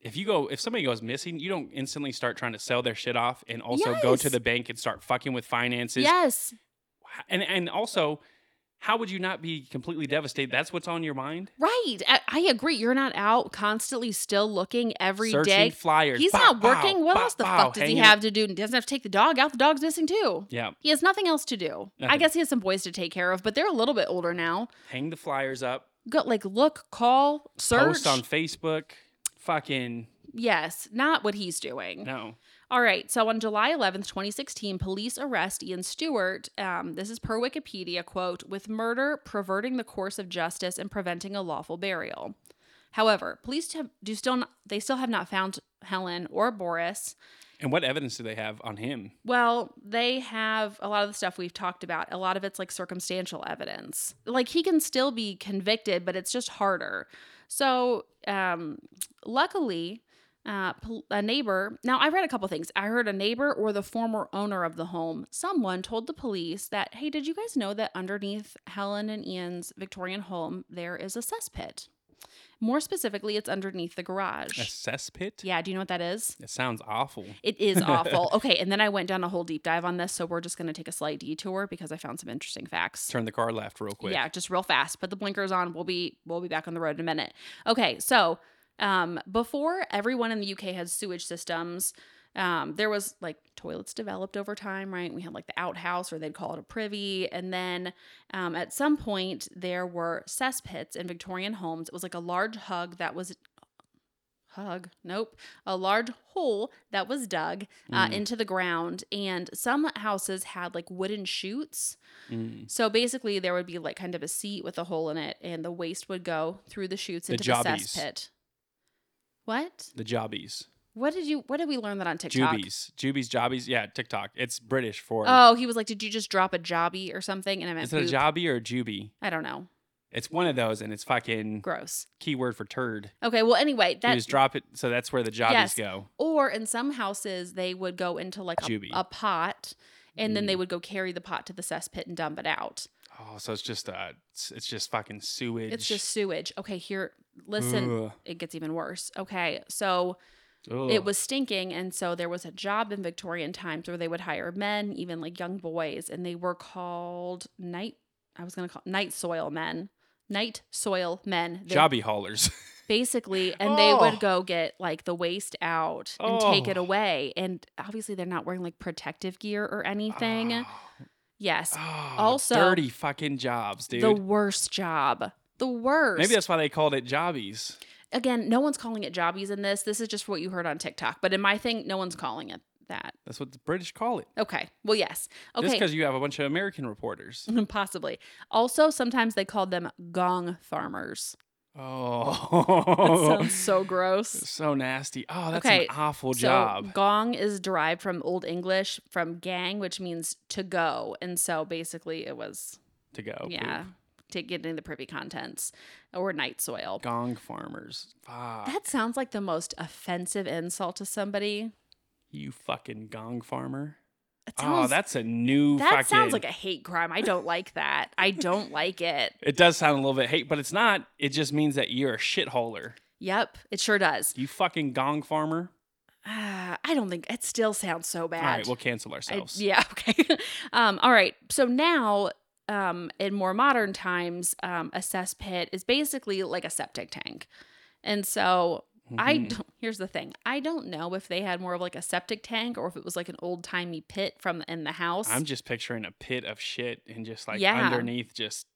if you go, if somebody goes missing, you don't instantly start trying to sell their shit off and also go to
Yes.
the bank and start fucking with finances.
Yes.
And and also, how would you not be completely devastated? That's what's on your mind.
Right. I, I agree. You're not out constantly still looking every day.
Searching flyers.
He's
Bow,
not
bow,
working. what
bow,
else the
bow,
fuck does he
hanging-
have to do? He doesn't have to take the dog out. The dog's missing too.
Yeah,
He has nothing else to do. I
Nothing.
guess he has some boys to take care of, but they're a little bit older now.
hang the flyers up.
Go like look, call, search.
Post on Facebook. Fucking
yes, not what he's doing.
no.
All right. So on July 11th, 2016, police arrest Ian Stewart. Um, this is per Wikipedia quote with murder, perverting the course of justice, and preventing a lawful burial. However, police have, do still not, they still have not found Helen or Boris.
And what evidence do they have on him?
Well, they have a lot of the stuff we've talked about. A lot of it's like circumstantial evidence. Like he can still be convicted, but it's just harder. So, um, luckily, uh, pol- a neighbor. Now, I read a couple things. I heard a neighbor or the former owner of the home. Someone told the police that, "Hey, did you guys know that underneath Helen and Ian's Victorian home there is a cesspit? More specifically, it's underneath the garage."
A cesspit?
Yeah, do you know what that is?
It sounds awful.
It is awful. okay, and then I went down a whole deep dive on this, so we're just going to take a slight detour because I found some interesting facts.
Turn the car left real quick.
Yeah, just real fast. Put the blinkers on. We'll be we'll be back on the road in a minute. Okay, so um, before everyone in the UK had sewage systems, um, there was like toilets developed over time, right? We had like the outhouse, or they'd call it a privy, and then um, at some point there were cesspits in Victorian homes. It was like a large hug that was hug nope a large hole that was dug uh,
Mm.
into the ground and some houses had like wooden chutes
Mm.
so basically, there would be like kind of a seat with a hole in it, and the waste would go through the chutes
The
into the,
jobbies.
cesspit. What?
The jobbies.
What did you? What did we learn that on TikTok?
Jubies. Jubies, jobbies. Yeah, TikTok. It's British for.
Oh, he was like, "Did you just drop a jobby or something?" And I meant,
is it a
poop.
jobby or a jubie?
I don't know.
It's one of those, and it's fucking
Gross.
keyword for turd.
Okay. Well, anyway,
you
that
just drop it. So that's where the jobbies
Yes.
go.
or in some houses they would go into like a,
Jubie.
a pot, and then they
Mm.
would go carry the pot to the cesspit and dump it out.
Oh, so it's just uh, it's, it's just fucking sewage.
It's just sewage. Okay, here, listen.
Ugh.
It gets even worse. Okay, so
Ugh.
it was stinking and so there was a job in victorian times where they would hire men even like young boys and they were called night i was going to call night soil men night soil men They-
jobby haulers.
basically and they
Oh.
would go get like the waste out and take it
Oh.
away and obviously they're not wearing like protective gear or anything
Oh,
yes
oh,
Also-
dirty fucking jobs, dude.
the worst job the worst
Maybe that's why they called it jobbies.
again no one's calling it jobbies in this this is just what you heard on tiktok but in my thing no one's calling it that
That's what the British call it.
okay well yes okay Mm.
Just because you have a bunch of American reporters.
Possibly. Also, sometimes they called them gong farmers. That
Oh,
sounds so gross.
so nasty. Oh, that's
Okay,
an awful
so,
job.
gong is derived from Old English from gang, which means to go. And so basically it was,
to go. Oh, poop.
yeah, to get into the privy contents or night soil.
Gong farmers. Fuck.
That sounds like the most offensive insult to somebody.
you fucking gong farmer.
It
Oh,
sounds-
that's a new
that
fucking.
sounds like a hate crime. I don't like that. I don't like it.
it does sound a little bit hate, but it's not. It just means that you're a shitholer.
Yep, it sure does.
You fucking gong farmer.
Ah, I don't think it still sounds so bad.
All right, we'll cancel
I-
ourselves.
yeah, okay. um, all right. So now, um, in more modern times, um, a cesspit is basically like a septic tank. And so I
Mhm.
don't, here's the thing I don't know if they had more of like a septic tank or if it was like an old timey pit from in the house.
I'm just picturing a pit of shit and just like
Yeah.
underneath, just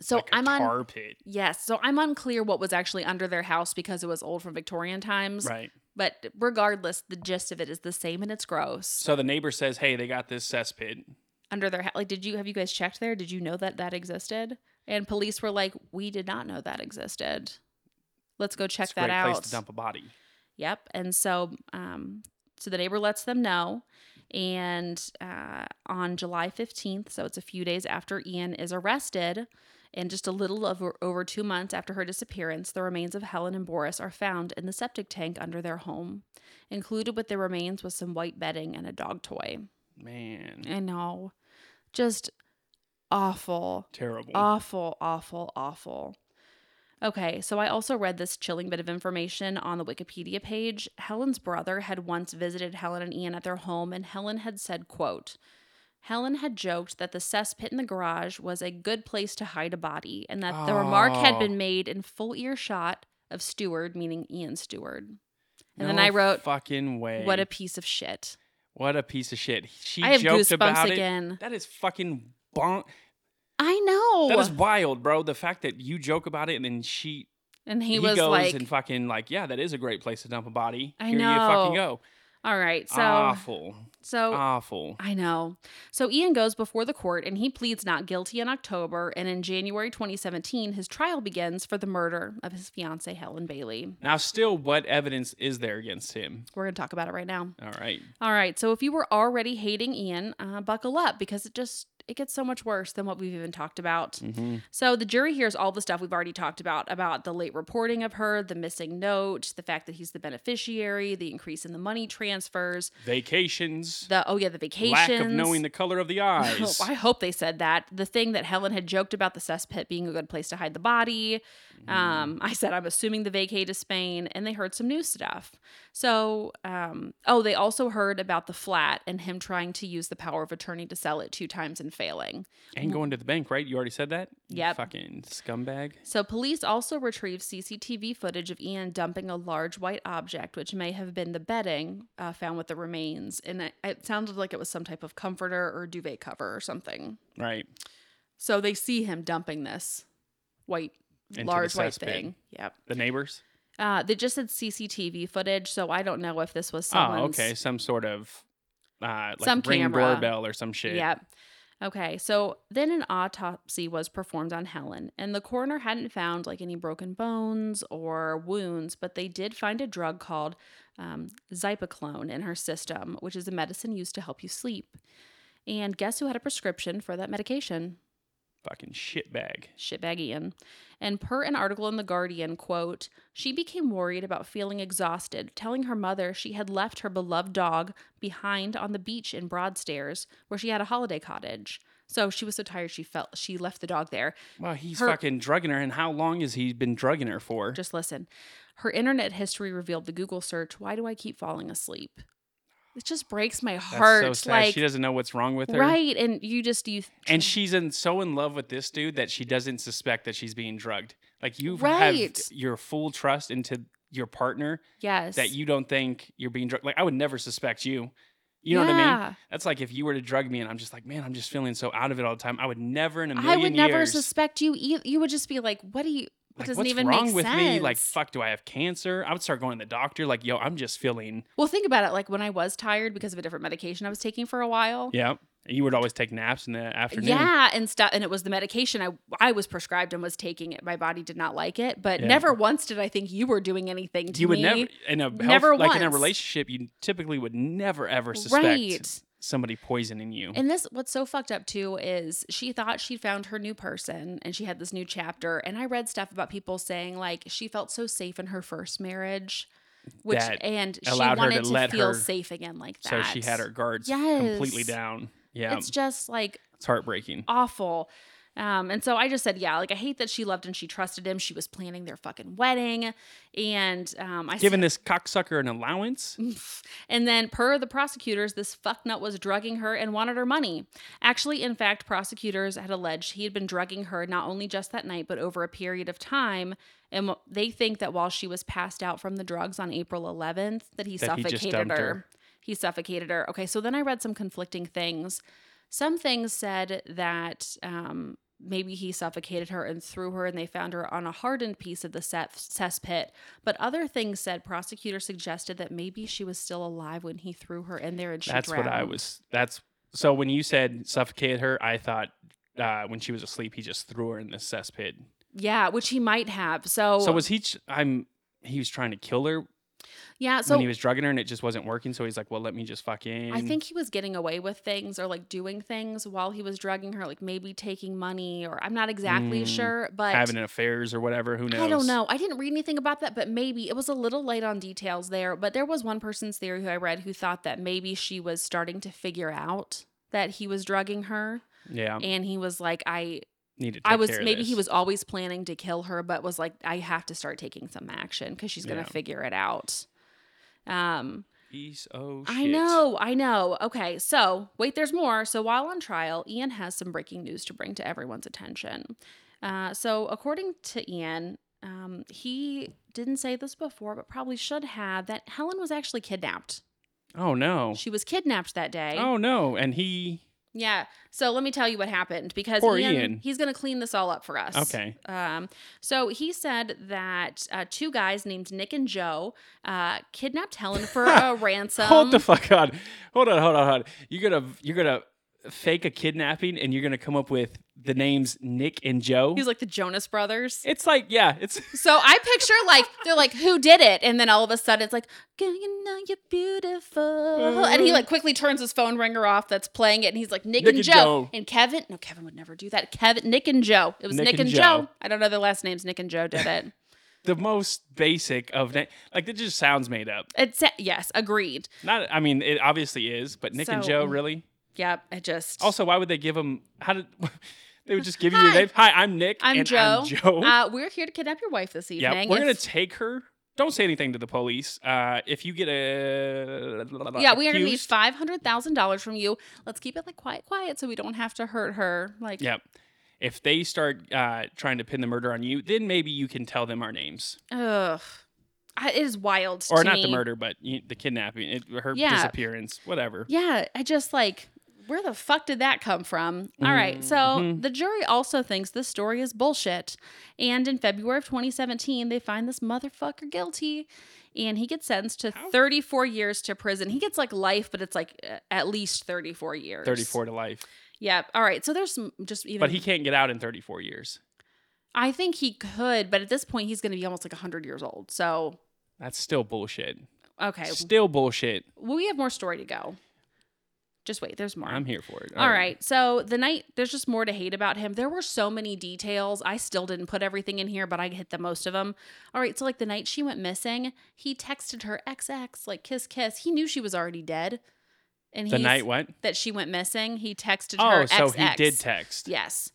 so
like a
I'm on.
tar pit.
Yes, so I'm unclear what was actually under their house because it was old from Victorian times.
Right.
But regardless, the gist of it is the same and it's gross.
So the neighbor says, "Hey, they got this cesspit."
under their hat. Like, did you have you guys checked there? Did you know that that existed? And police were like, we did not know that existed. Let's go check
it's a
that
great
out.
Place to dump a body.
Yep. And so, um, so the neighbor lets them know. And uh, on July 15th, so it's a few days after Ian is arrested, and just a little over, over two months after her disappearance, the remains of Helen and Boris are found in the septic tank under their home. Included with the remains was some white bedding and a dog toy.
Man.
I know. Just awful,
Terrible.
Oh, awful, awful, awful. Okay, so I also read this chilling bit of information on the Wikipedia page. Helen's brother had once visited Helen and Ian at their home, and Helen had said, quote, Helen had joked that the cesspit in the garage was a good place to hide a body, and that the remark had
Oh.
been made in full earshot of Steward, meaning Ian Steward. And then
No
I wrote,
fucking way.
What a piece of shit.
what a piece of shit. She
I have
joked
goosebumps
about it.
again.
That is fucking bonk.
I know.
That is wild, bro. The fact that you joke about it and then she
and he,
he,
was
goes
like,
and fucking like, yeah, that is a great place to dump a body.
I
Here you fucking
know.
go.
all right, so, Oh.
awful,
so
ah." awful.
I know. So Ian goes before the court and he pleads not guilty in October. And in January 2017, his trial begins for the murder of his fiancee, Helen Bailey.
Now, still, what evidence is there against him?
We're going to talk about it right now.
All right,
All right. So if you were already hating Ian, uh, buckle up because it just. It gets so much worse than what we've even talked about.
Mhm.
So the jury hears all the stuff we've already talked about about the late reporting of her, the missing note, the fact that he's the beneficiary, the increase in the money transfers,
vacations,
the oh yeah, the vacations,
lack of knowing the color of the eyes.
I hope they said that. The thing that Helen had joked about the cesspit being a good place to hide the body. Um, I said, I'm assuming the vacay to Spain, and they heard some new stuff. So, um, oh, they also heard about the flat and him trying to use the power of attorney to sell it two times and failing.
and going to the bank, right? You already said that. You
Yep.
fucking scumbag.
So, police also retrieved CCTV footage of Ian dumping a large white object, which may have been the bedding uh, found with the remains. And it, it sounded like it was some type of comforter or duvet cover or something.
Right.
So they see him dumping this white,
Into the
large white
cesspit.
thing. Yep.
The neighbors. Oh,
Uh, they just said CCTV footage, so I don't know if this was someone's.
Oh, okay. Some sort of uh, like
Some
ring
camera.
doorbell or some shit.
Yep. Okay. So then an autopsy was performed on Helen, and the coroner hadn't found like any broken bones or wounds, but they did find a drug called um, Zypoclone in her system, which is a medicine used to help you sleep. And guess who had a prescription for that medication?
Fucking shitbag.
shitbag Ian. And per an article in The Guardian, quote, she became worried about feeling exhausted, telling her mother she had left her beloved dog behind on the beach in Broadstairs, where she had a holiday cottage. So she was so tired she felt she left the dog there.
Well, he's
Her-
fucking drugging her. And how long has he been drugging her for?
Just listen. Her internet history revealed the Google search, why do I keep falling asleep? It just breaks my
That's
heart.
so sad.
Like
she doesn't know what's wrong with her.
right. And you just you
And she's in so in love with this dude that she doesn't suspect that she's being drugged. Like you have
Right.
your full trust into your partner
yes.
that you don't think you're being drugged. Like I would never suspect you. You know what I mean?
Yeah.
That's like if you were to drug me and I'm just like, man, I'm just feeling so out of it all the time. I would never in a million
I would never
years-
suspect you either. You would just be like, what do you what
like,
doesn't
what's
even
wrong
make
with
sense?
me? Like, fuck, do I have cancer? I would start going to the doctor. Like, yo, I'm just feeling.
Well, think about it. Like when I was tired because of a different medication I was taking for a while.
Yeah. You would always take naps in the afternoon.
Yeah, and stuff, and it was the medication I I was prescribed and was taking it. My body did not like it, but
Yeah.
never once did I think you were doing anything to
You would
me.
never in a health,
never
like in a
once.
relationship, you typically would never ever suspect
right?
somebody poisoning you.
And this, what's so fucked up too is she thought she found her new person and she had this new chapter. And I read stuff about people saying like she felt so safe in her first marriage, which
That
and she
allowed her
wanted
to
to,
let
feel
her-
safe again like
so
that.
she had her guards completely
Yes.
down. Yeah,
It's
it's,
just like
heartbreaking.
awful. Um, and so I just said, yeah, like I hate that she loved and she trusted him. She was planning their fucking wedding, and um, I
Giving this cocksucker an allowance.
and then per the prosecutors, this fucknut was drugging her and wanted her money. Actually, in fact, prosecutors had alleged he had been drugging her not only just that night but over a period of time. And wh- they think that while she was passed out from the drugs on April 11th, that he
That he just
suffocated
dumped
her.
her.
He suffocated her. Okay, so then I read some conflicting things. Some things said that um, maybe he suffocated her and threw her, and they found her on a hardened piece of the cess- cesspit. But other things said prosecutors suggested that maybe she was still alive when he threw her in there and she
That's
drowned.
what I was. That's so when you said suffocate her, I thought uh, when she was asleep, he just threw her in the cesspit.
Yeah, which he might have. So,
So was he? ch- I'm. He was trying to kill her
yeah. So
when he was drugging her, and it just wasn't working. So he's like, "Well, let me just fucking."
I think he was getting away with things or like doing things while he was drugging her, like maybe taking money or I'm not exactly
Mm,
sure, but
having affairs or whatever. Who knows?
I don't know. I didn't read anything about that, but maybe it was a little light on details there. But there was one person's theory who I read who thought that maybe she was starting to figure out that he was drugging her.
Yeah.
and he was like I
Need to Um, take
I was
care of
maybe he
this.
was always planning to kill her, but was like, I have to start taking some action because she's gonna
Yeah.
figure it out. Um,
He's oh
I
shit.
know, I know. Okay, so wait, there's more. So while on trial, Ian has some breaking news to bring to everyone's attention. Uh, so according to Ian, um, he didn't say this before, but probably should have that Helen was actually kidnapped.
Oh no.
She was kidnapped that day.
Oh no. And he
Yeah. So let me tell you what happened because
Poor
Ian,
Ian.
he's going to clean this all up for us.
Okay.
Um, so he said that uh, two guys named Nick and Joe uh, kidnapped Helen for a ransom.
Hold the fuck on. Hold on, hold on, hold on. You're gonna you're gonna fake a kidnapping and you're gonna come up with the names Nick and Joe.
He's like the Jonas Brothers.
it's like, yeah, it's
So I picture like they're like, who did it? And then all of a sudden it's like, girl, you know you're beautiful. And he like quickly turns his phone ringer off that's playing it, and he's like, Nick, and, Joe. and Kevin. No, Kevin would never do that. Kevin, Nick and Joe. It was Nick, and, Joe. I don't know their last names. Nick and Joe did it.
The most basic of na- like that just sounds made up.
It's yes, agreed.
Not I mean, it obviously is, but Nick and
So-
Joe really?
Yep, I just
Also, why would they give him how did they would just give you your
Hi.
name? Hi, I'm Nick.
I'm
and
Joe.
I'm Joe.
Uh, we're here to kidnap your wife this evening.
yeah, we're gonna
It's-
take her. Don't say anything to the police. Uh, if you get a
yeah, we are gonna need
accused-
five hundred thousand dollars from you. Let's keep it like quiet, quiet, so we don't have to hurt her. Like,
Yep. If they start uh, trying to pin the murder on you, then maybe you can tell them our names,
ugh, I, it is wild.
or
to
not
me.
the murder, but you, the kidnapping, it, her
Yeah.
disappearance, whatever.
Yeah, I just like, where the fuck did that come from? All right, so
Mhm.
the jury also thinks this story is bullshit. And in February of 2017, they find this motherfucker guilty and he gets sentenced to
How-
34 years to prison. He gets like life, but it's like uh, at least 34 years.
Thirty-four to life,
Yep. All right, so there's some just even.
but he can't get out in thirty-four years.
I think he could, but at this point, he's going to be almost like 100 years old. So,
That's still bullshit.
okay,
Still bullshit.
we have more story to go. Just wait, there's more.
I'm here for it.
All right. So the night, there's just more to hate about him. There were so many details. I still didn't put everything in here, but I hit the most of them. All right. So, like the night she went missing, he texted her XX, like kiss, kiss. He knew she was already dead. And
The
he's-
night what?
that she went missing, he texted her
Oh, so
XX.
he did text.
yes.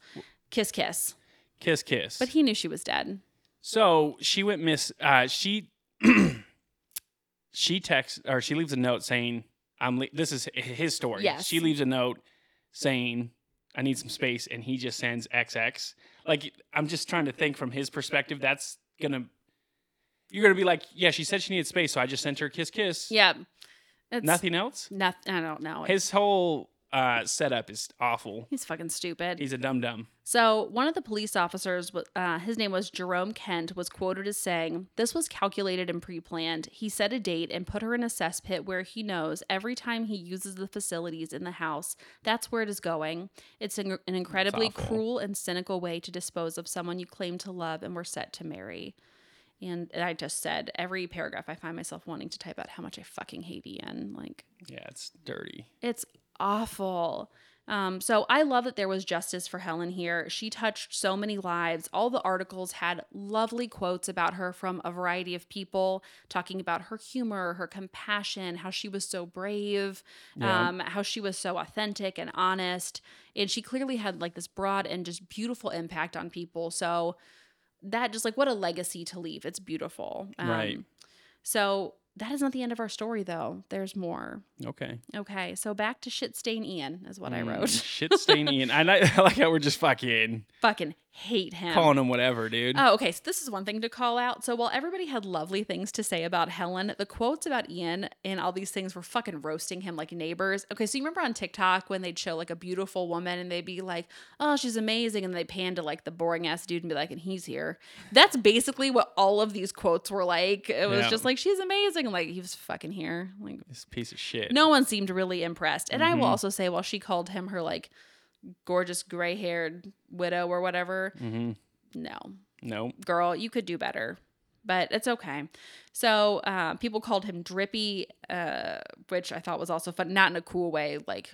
Kiss, kiss.
Kiss, kiss.
But he knew she was dead.
So she went miss. Uh, she she texts or she leaves a note saying, "I'm." Le- this is h- his story.
Yes.
She leaves a note saying, "I need some space," and he just sends XX. Like I'm just trying to think from his perspective. That's gonna. You're gonna be like, yeah, she said she needed space, so I just sent her kiss, kiss.
Yeah. It's,
Nothing else.
Nothing. I don't know.
His whole uh, setup is awful.
He's fucking stupid.
He's a dum dum.
So, one of the police officers, wa- uh, his name was Jerome Kent, was quoted as saying, This was calculated and pre planned. He set a date and put her in a cesspit where he knows every time he uses the facilities in the house, that's where it is going. It's an, an incredibly
awful.
cruel and cynical way to dispose of someone you claim to love and were set to marry. And I just said, every paragraph I find myself wanting to type out how much I fucking hate Ian. Like,
Yeah, it's dirty.
it's awful. Um, so I love that there was justice for Helen here. She touched so many lives. All the articles had lovely quotes about her from a variety of people, talking about her humor, her compassion, how she was so brave,
Yeah.
um, how she was so authentic and honest. And she clearly had like this broad and just beautiful impact on people. So that just like what a legacy to leave. It's beautiful. Um,
Right.
So that is not the end of our story, though. There's more.
Okay. Mm,
Okay, so back to shit stain Ian is what I wrote.
Shit stainy, and I, like- I like how we're just fucking
Fucking hate him.
calling him whatever, dude.
Oh, okay. So this is one thing to call out. So while everybody had lovely things to say about Helen, the quotes about Ian and all these things were fucking roasting him like neighbors. Okay, so you remember on TikTok when they'd show like a beautiful woman and they'd be like, "Oh, she's amazing," and they pan to like the boring ass dude and be like, "And he's here." That's basically what all of these quotes were like. It was
Yeah.
just like, "She's amazing," and like he was fucking here. Like
this piece of shit.
no one seemed really impressed. And I
Mhm.
will also say, while she called him her like gorgeous gray haired widow or whatever,
hmm
no,
No.
girl, you could do better. But it's okay. So uh, people called him drippy, uh, which I thought was also fun, not in a cool way, like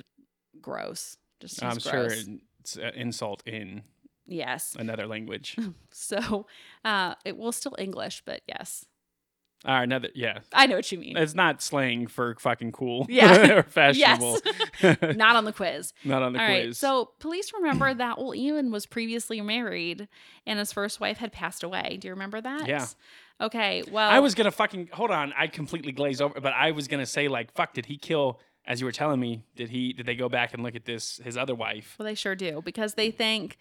gross. Just he's
I'm sure
gross.
it's an insult in
Yes. uh,
another language.
So uh, it was still English, but yes.
All right, another yeah.
I know what you mean.
It's not slang for fucking cool.
Yeah.
or fashionable.
Not on the quiz.
not on the
All right.
quiz.
So police remember that Will Ewan was previously married and his first wife had passed away. Do you remember that?
Yeah.
Okay. Well,
I was gonna fucking hold on. I completely glazed over, but I was gonna say like, fuck, did he kill? As you were telling me, did he? Did they go back and look at this his other wife?
Well, they sure do because they think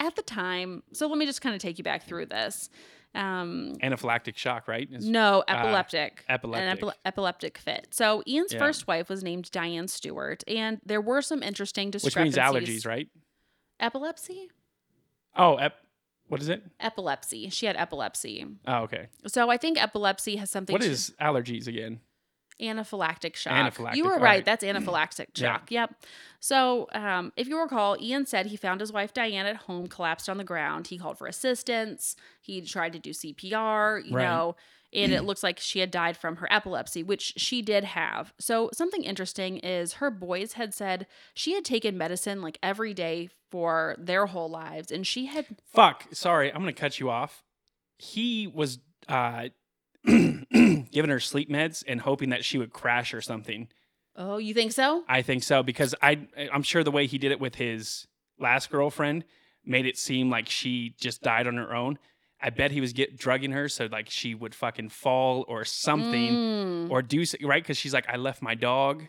at the time. So let me just kind of take you back through this. Um,
Anaphylactic shock, right? Is-
no, epileptic. An
uh, epileptic.
epile- epileptic fit. So Ian's
Yeah.
first wife was named Diane Stewart, and there were some interesting
which
discrepancies.
means allergies, right?
Epilepsy?
Oh, ep- what is it?
Epilepsy. She had epilepsy.
Oh, okay.
So I think epilepsy has something
What
to
is allergies again?
anaphylactic shock.
Anaphylactic,
you were
all
right.
right.
That's anaphylactic
Yeah.
shock. Yep. So, um, if you recall, Ian said he found his wife Diane at home, collapsed on the ground. He called for assistance. He tried to do CPR. You
Right.
know. And it looks like she had died from her epilepsy, which she did have. So, something interesting is her boys had said she had taken medicine like every day for their whole lives. And she had,
Fuck. Sorry, I'm gonna cut you off. He was uh, giving her sleep meds and hoping that she would crash or something.
oh, you think so?
I think so because I I'm sure the way he did it with his last girlfriend made it seem like she just died on her own. I bet he was get drugging her so like she would fucking fall or something
Mm.
or do so- right because she's like I left my dog.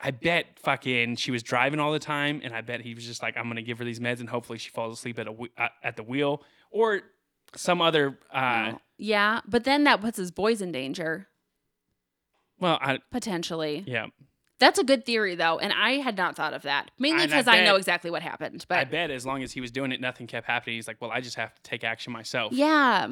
I bet fucking she was driving all the time and I bet he was just like I'm gonna give her these meds and hopefully she falls asleep at a whe- uh, at the wheel or some other uh
yeah. But then that puts his boys in danger,
well I
potentially.
yeah
That's a good theory, though, and I had not thought of that. Mainly
And I
because I, know
bet-
exactly what happened.
I
But
bet as long as he was doing it nothing kept happening he's like well I just have to take action myself
yeah,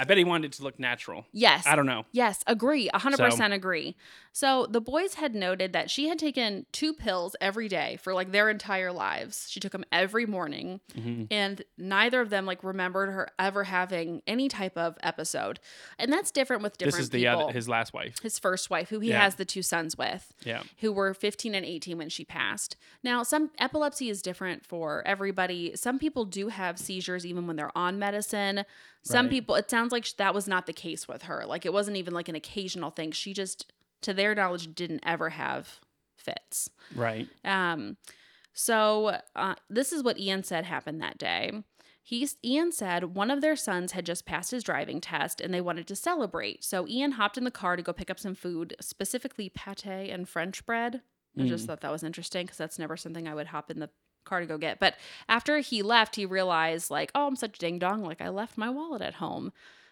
I bet he wanted it to look natural
yes,
I don't know
yes, agree, a hundred
So-
percent agree. So the boys had noted that she had taken two pills every day for like their entire lives. She took them every morning,
Mm-hmm.
and neither of them like remembered her ever having any type of episode. And that's different with different.
This is the
people.
other his last wife.
his first wife, who he
Yeah.
has the two sons with.
Yeah.
who were 15 and 18 when she passed. Now, some epilepsy is different for everybody. Some people do have seizures even when they're on medicine. Some
Right.
people, it sounds like sh- that was not the case with her. Like it wasn't even like an occasional thing. She just, to their knowledge, didn't ever have fits.
Right.
Um, so uh, this is what Ian said happened that day. He Ian said one of their sons had just passed his driving test and they wanted to celebrate. So Ian hopped in the car to go pick up some food, specifically pate and French bread.
Mm.
I just thought that was interesting because that's never something I would hop in the car to go get. But after he left, he realized like, oh, I'm such ding dong. Like I left my wallet at home.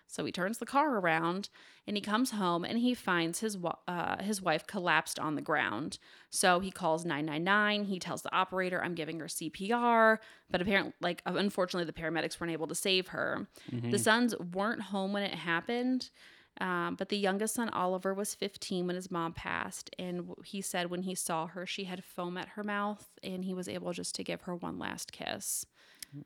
So he turns the car around and he comes home and he finds his wa- uh, his wife collapsed on the ground. So he calls 999. He tells the operator, "I'm giving her CPR," but apparently, like unfortunately, the paramedics weren't able to save her. The sons weren't home when it happened. Um, but the youngest son, Oliver, was 15 when his mom passed. And w- he said when he saw her, she had foam at her mouth, and he was able just to give her one last kiss.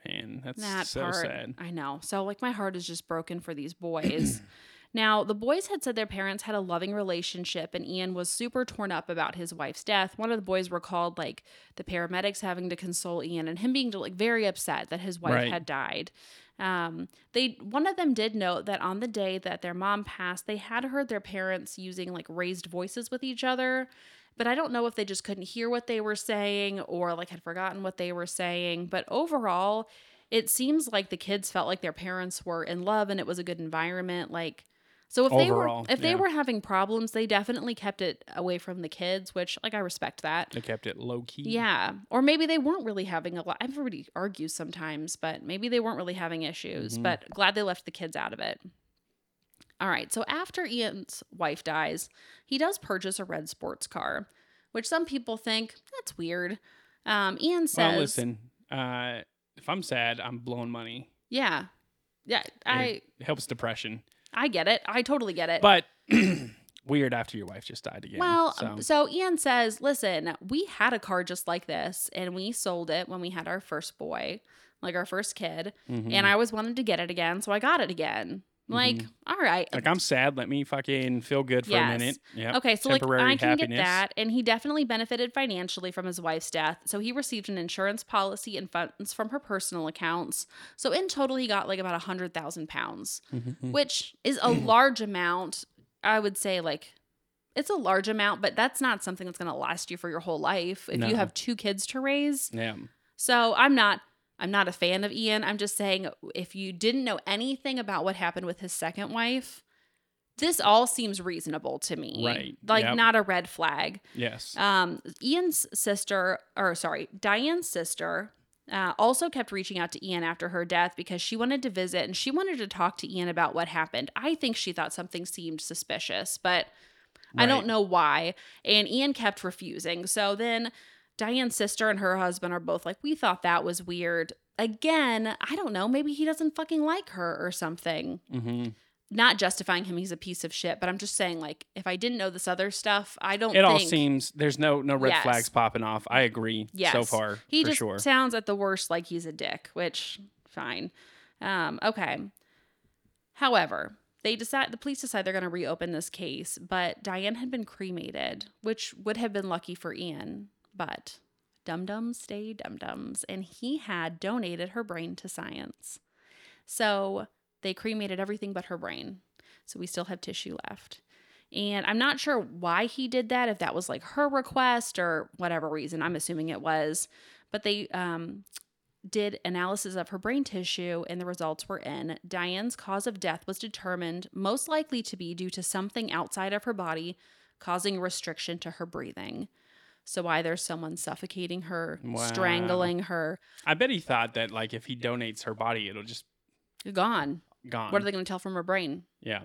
Man, that's
That
so
part.
sad.
I know. So, like, my heart is just broken for these boys. now, the boys had said their parents had a loving relationship, and Ian was super torn up about his wife's death. One of the boys recalled, like, the paramedics having to console Ian and him being, like, very upset that his wife
Right.
had died. Um, they one of them did note that on the day that their mom passed, they had heard their parents using like raised voices with each other, but I don't know if they just couldn't hear what they were saying or like had forgotten what they were saying. But overall, it seems like the kids felt like their parents were in love and it was a good environment. Like, so if
Overall,
they were if they
yeah.
were having problems, they definitely kept it away from the kids, which like I respect that.
They kept it low key.
Yeah. Or maybe they weren't really having a lot. Everybody argues sometimes, but maybe they weren't really having issues.
Mhm.
But glad they left the kids out of it. All right. So after Ian's wife dies, he does purchase a red sports car, which some people think that's weird. Um, Ian says,
Well, listen. Uh, if I'm sad, I'm blowing money.
Yeah. Yeah. I,
It helps depression,
I get it. I totally get it.
but weird after your wife just died again.
Well,
so.
um, so. Ian says, listen, we had a car just like this and we sold it when we had our first boy, like our first kid.
Mhm.
And I always wanted to get it again. So I got it again. Like,
Mhm.
all right.
like I'm sad. Let me fucking feel good for a
Yes.
minute. Yeah.
Okay, so like
temporary
I can get
happiness.
that, and he definitely benefited financially from his wife's death. So he received an insurance policy and funds from her personal accounts.
Mm-hmm, Mm.
So in total, he got like about a hundred thousand pounds, which is a large amount I would say like it's a large amount, but that's not something that's going to last you for your whole life if you
No.
have two kids to raise.
Yeah.
So I'm not I'm not a fan of Ian. I'm just saying if you didn't know anything about what happened with his second wife, this all seems reasonable to me.
Right.
Like
Yep.
not a red flag.
Yes.
Um, Ian's sister, or sorry, Diane's sister, uh, also kept reaching out to Ian after her death because she wanted to visit and she wanted to talk to Ian about what happened. I think she thought something seemed suspicious, but I
Right.
don't know why. And Ian kept refusing. So then Diane's sister and her husband are both like, we thought that was weird. Again, I don't know. Maybe he doesn't fucking like her or something
Mhm.
not justifying him he's a piece of shit but i'm just saying like if i didn't know this other stuff i don't
It all
think-
seems there's no no red
Yes.
flags popping off. I agree. So
Yes.
far,
he
for
just
sure.
sounds at the worst like he's a dick which fine um okay however they decide the police decide they're going to reopen this case but diane had been cremated which would have been lucky for ian but dum dums stay dum dums and he had donated her brain to science so they cremated everything but her brain so we still have tissue left and I'm not sure why he did that, if that was like her request or whatever reason. I'm assuming it was. But they um, did analysis of her brain tissue, and the results were in. Diane's cause of death was determined most likely to be due to something outside of her body causing restriction to her breathing. So either someone suffocating her,
Wow.
strangling her,
I bet he thought that like if he donates her body, it'll just
gone.
gone.
What are they going to tell from her brain?
yeah.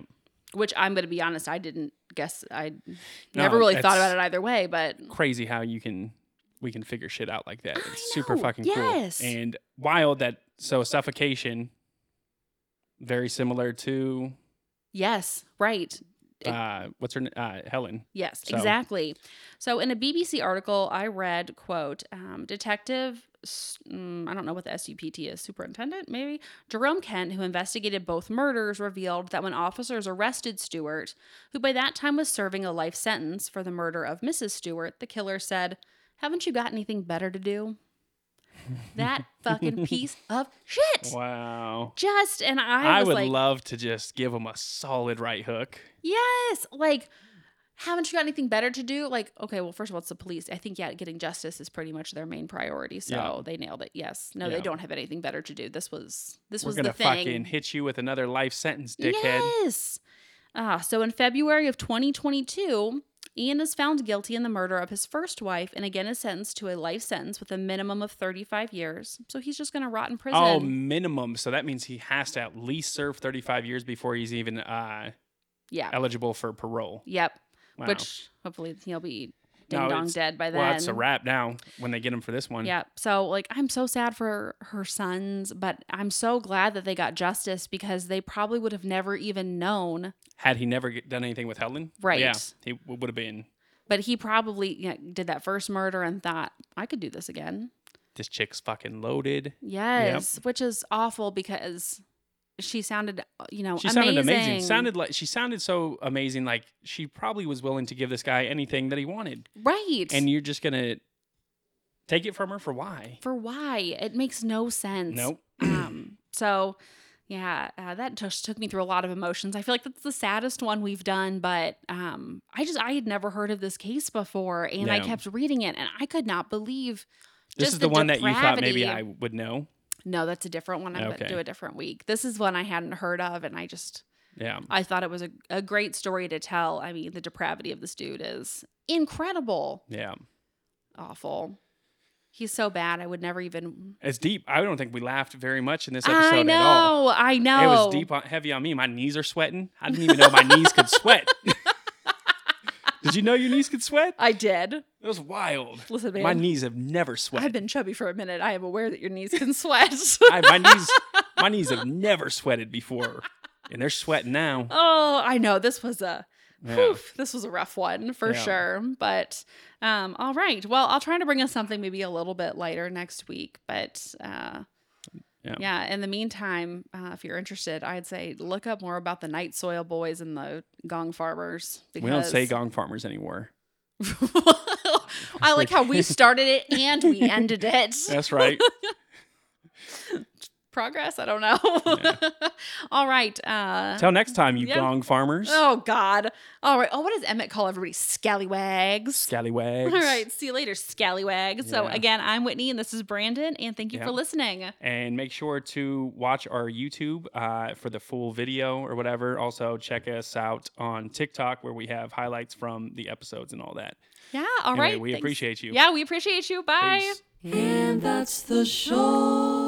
Which I'm going to be honest, I didn't guess. I
No,
never really thought
that's-
about it either way, but
Crazy how you can we can figure shit out like that. It's
I
super
know.
fucking
Yes.
cool and wild that so suffocation very similar to
Yes, right. It-
uh what's her n- uh Helen.
Yes,
So-
exactly. So in a BBC article I read, quote, um, Detective, S- mm, I don't know what the SUPT is, Superintendent maybe, Jerome Kent, who investigated both murders, revealed that when officers arrested Stewart, who by that time was serving a life sentence for the murder of Mrs. Stewart, the killer said, haven't you got anything better to do? That fucking piece of shit.
Wow.
Just, and I,
I,
was
would
like,
love to just give him a solid right hook.
Yes. Like, haven't you got anything better to do? Like, okay, well, first of all, it's the police. I think, yeah, getting justice is pretty much their main priority. So
Yeah.
they nailed it. Yes. No, they
Yeah.
don't have anything better to do. This was this
We're
was
gonna
the
fucking
thing.
hit you with another life sentence, dickhead.
Yes. Ah, so in February of 2022, Ian is found guilty in the murder of his first wife and again is sentenced to a life sentence with a minimum of 35 years. So he's just going to rot in prison.
Oh, minimum. So that means he has to at least serve 35 years before he's even uh,
yeah.
eligible for parole.
Yep.
Wow.
Which hopefully he'll be
No,
ding dong
it's-
dead by then.
well, that's a wrap now when they get him for this one.
Yeah. So like I'm so sad for her sons, but I'm so glad that they got justice because they probably would have never even known.
Had he never get- done anything with Helen,
Right.
Yeah, he w- would have been.
But he probably you know, did that first murder and thought, I could do this again.
This chick's fucking loaded.
Yes, which is awful because she sounded, uh, you know,
She
amazing.
sounded amazing. Sounded like she sounded so amazing. Like she probably was willing to give this guy anything that he wanted,
right.
and you're just gonna take it from her for why?
for why? It makes no sense.
Nope.
um, so yeah, uh, that just took me through a lot of emotions. I feel like that's the saddest one we've done, but um, I just I had never heard of this case before, and I
No.
kept reading it, and I could not believe.
This
just
is the, one that you thought maybe I
depravity-
would know.
No, that's a different one. I'm
Okay.
gonna do a different week. This is one I hadn't heard of, and I just
Yeah,
I thought it was a, a great story to tell. I mean, the depravity of this dude is incredible,
yeah.
awful. He's so bad. I would never even.
It's deep. I don't think we laughed very much in this
I
episode at all.
know. I know.
It was deep, on, heavy on me. My knees are sweating. I didn't even know my knees could sweat. Did you know your knees could sweat?
I did.
It was wild.
Listen, man.
My knees have never
I've
sweat.
been chubby for a minute. I am aware that your knees can sweat.
I, my knees, my knees have never sweated before, and they're sweating now.
oh, I know. This was a
Yeah.
whew, this was a rough one for
Yeah.
sure. But um, all right. Well, I'll try to bring us something maybe a little bit lighter next week. But uh,
Yeah.
yeah. in the meantime, uh, if you're interested, I'd say look up more about the Night Soil Boys and the Gong Farmers.
We don't say
because-
gong farmers anymore.
I like how we started it and we ended it.
That's right.
progress. I don't know. All right. Uh,
Till next time, you
Yeah.
gong farmers,
oh God. All right. Oh, what does Emmett call everybody? Scallywags.
scallywags.
All right. See you later, scallywags. So
Yeah.
again, I'm Whitney, and this is Brandon, and thank you
Yeah.
for listening.
And make sure to watch our YouTube uh, for the full video or whatever. Also, check us out on TikTok where we have highlights from the episodes and all that.
Yeah. All right.
anyway, we
Thanks.
appreciate you.
Yeah, we appreciate you. Bye.
Peace.
And that's the show.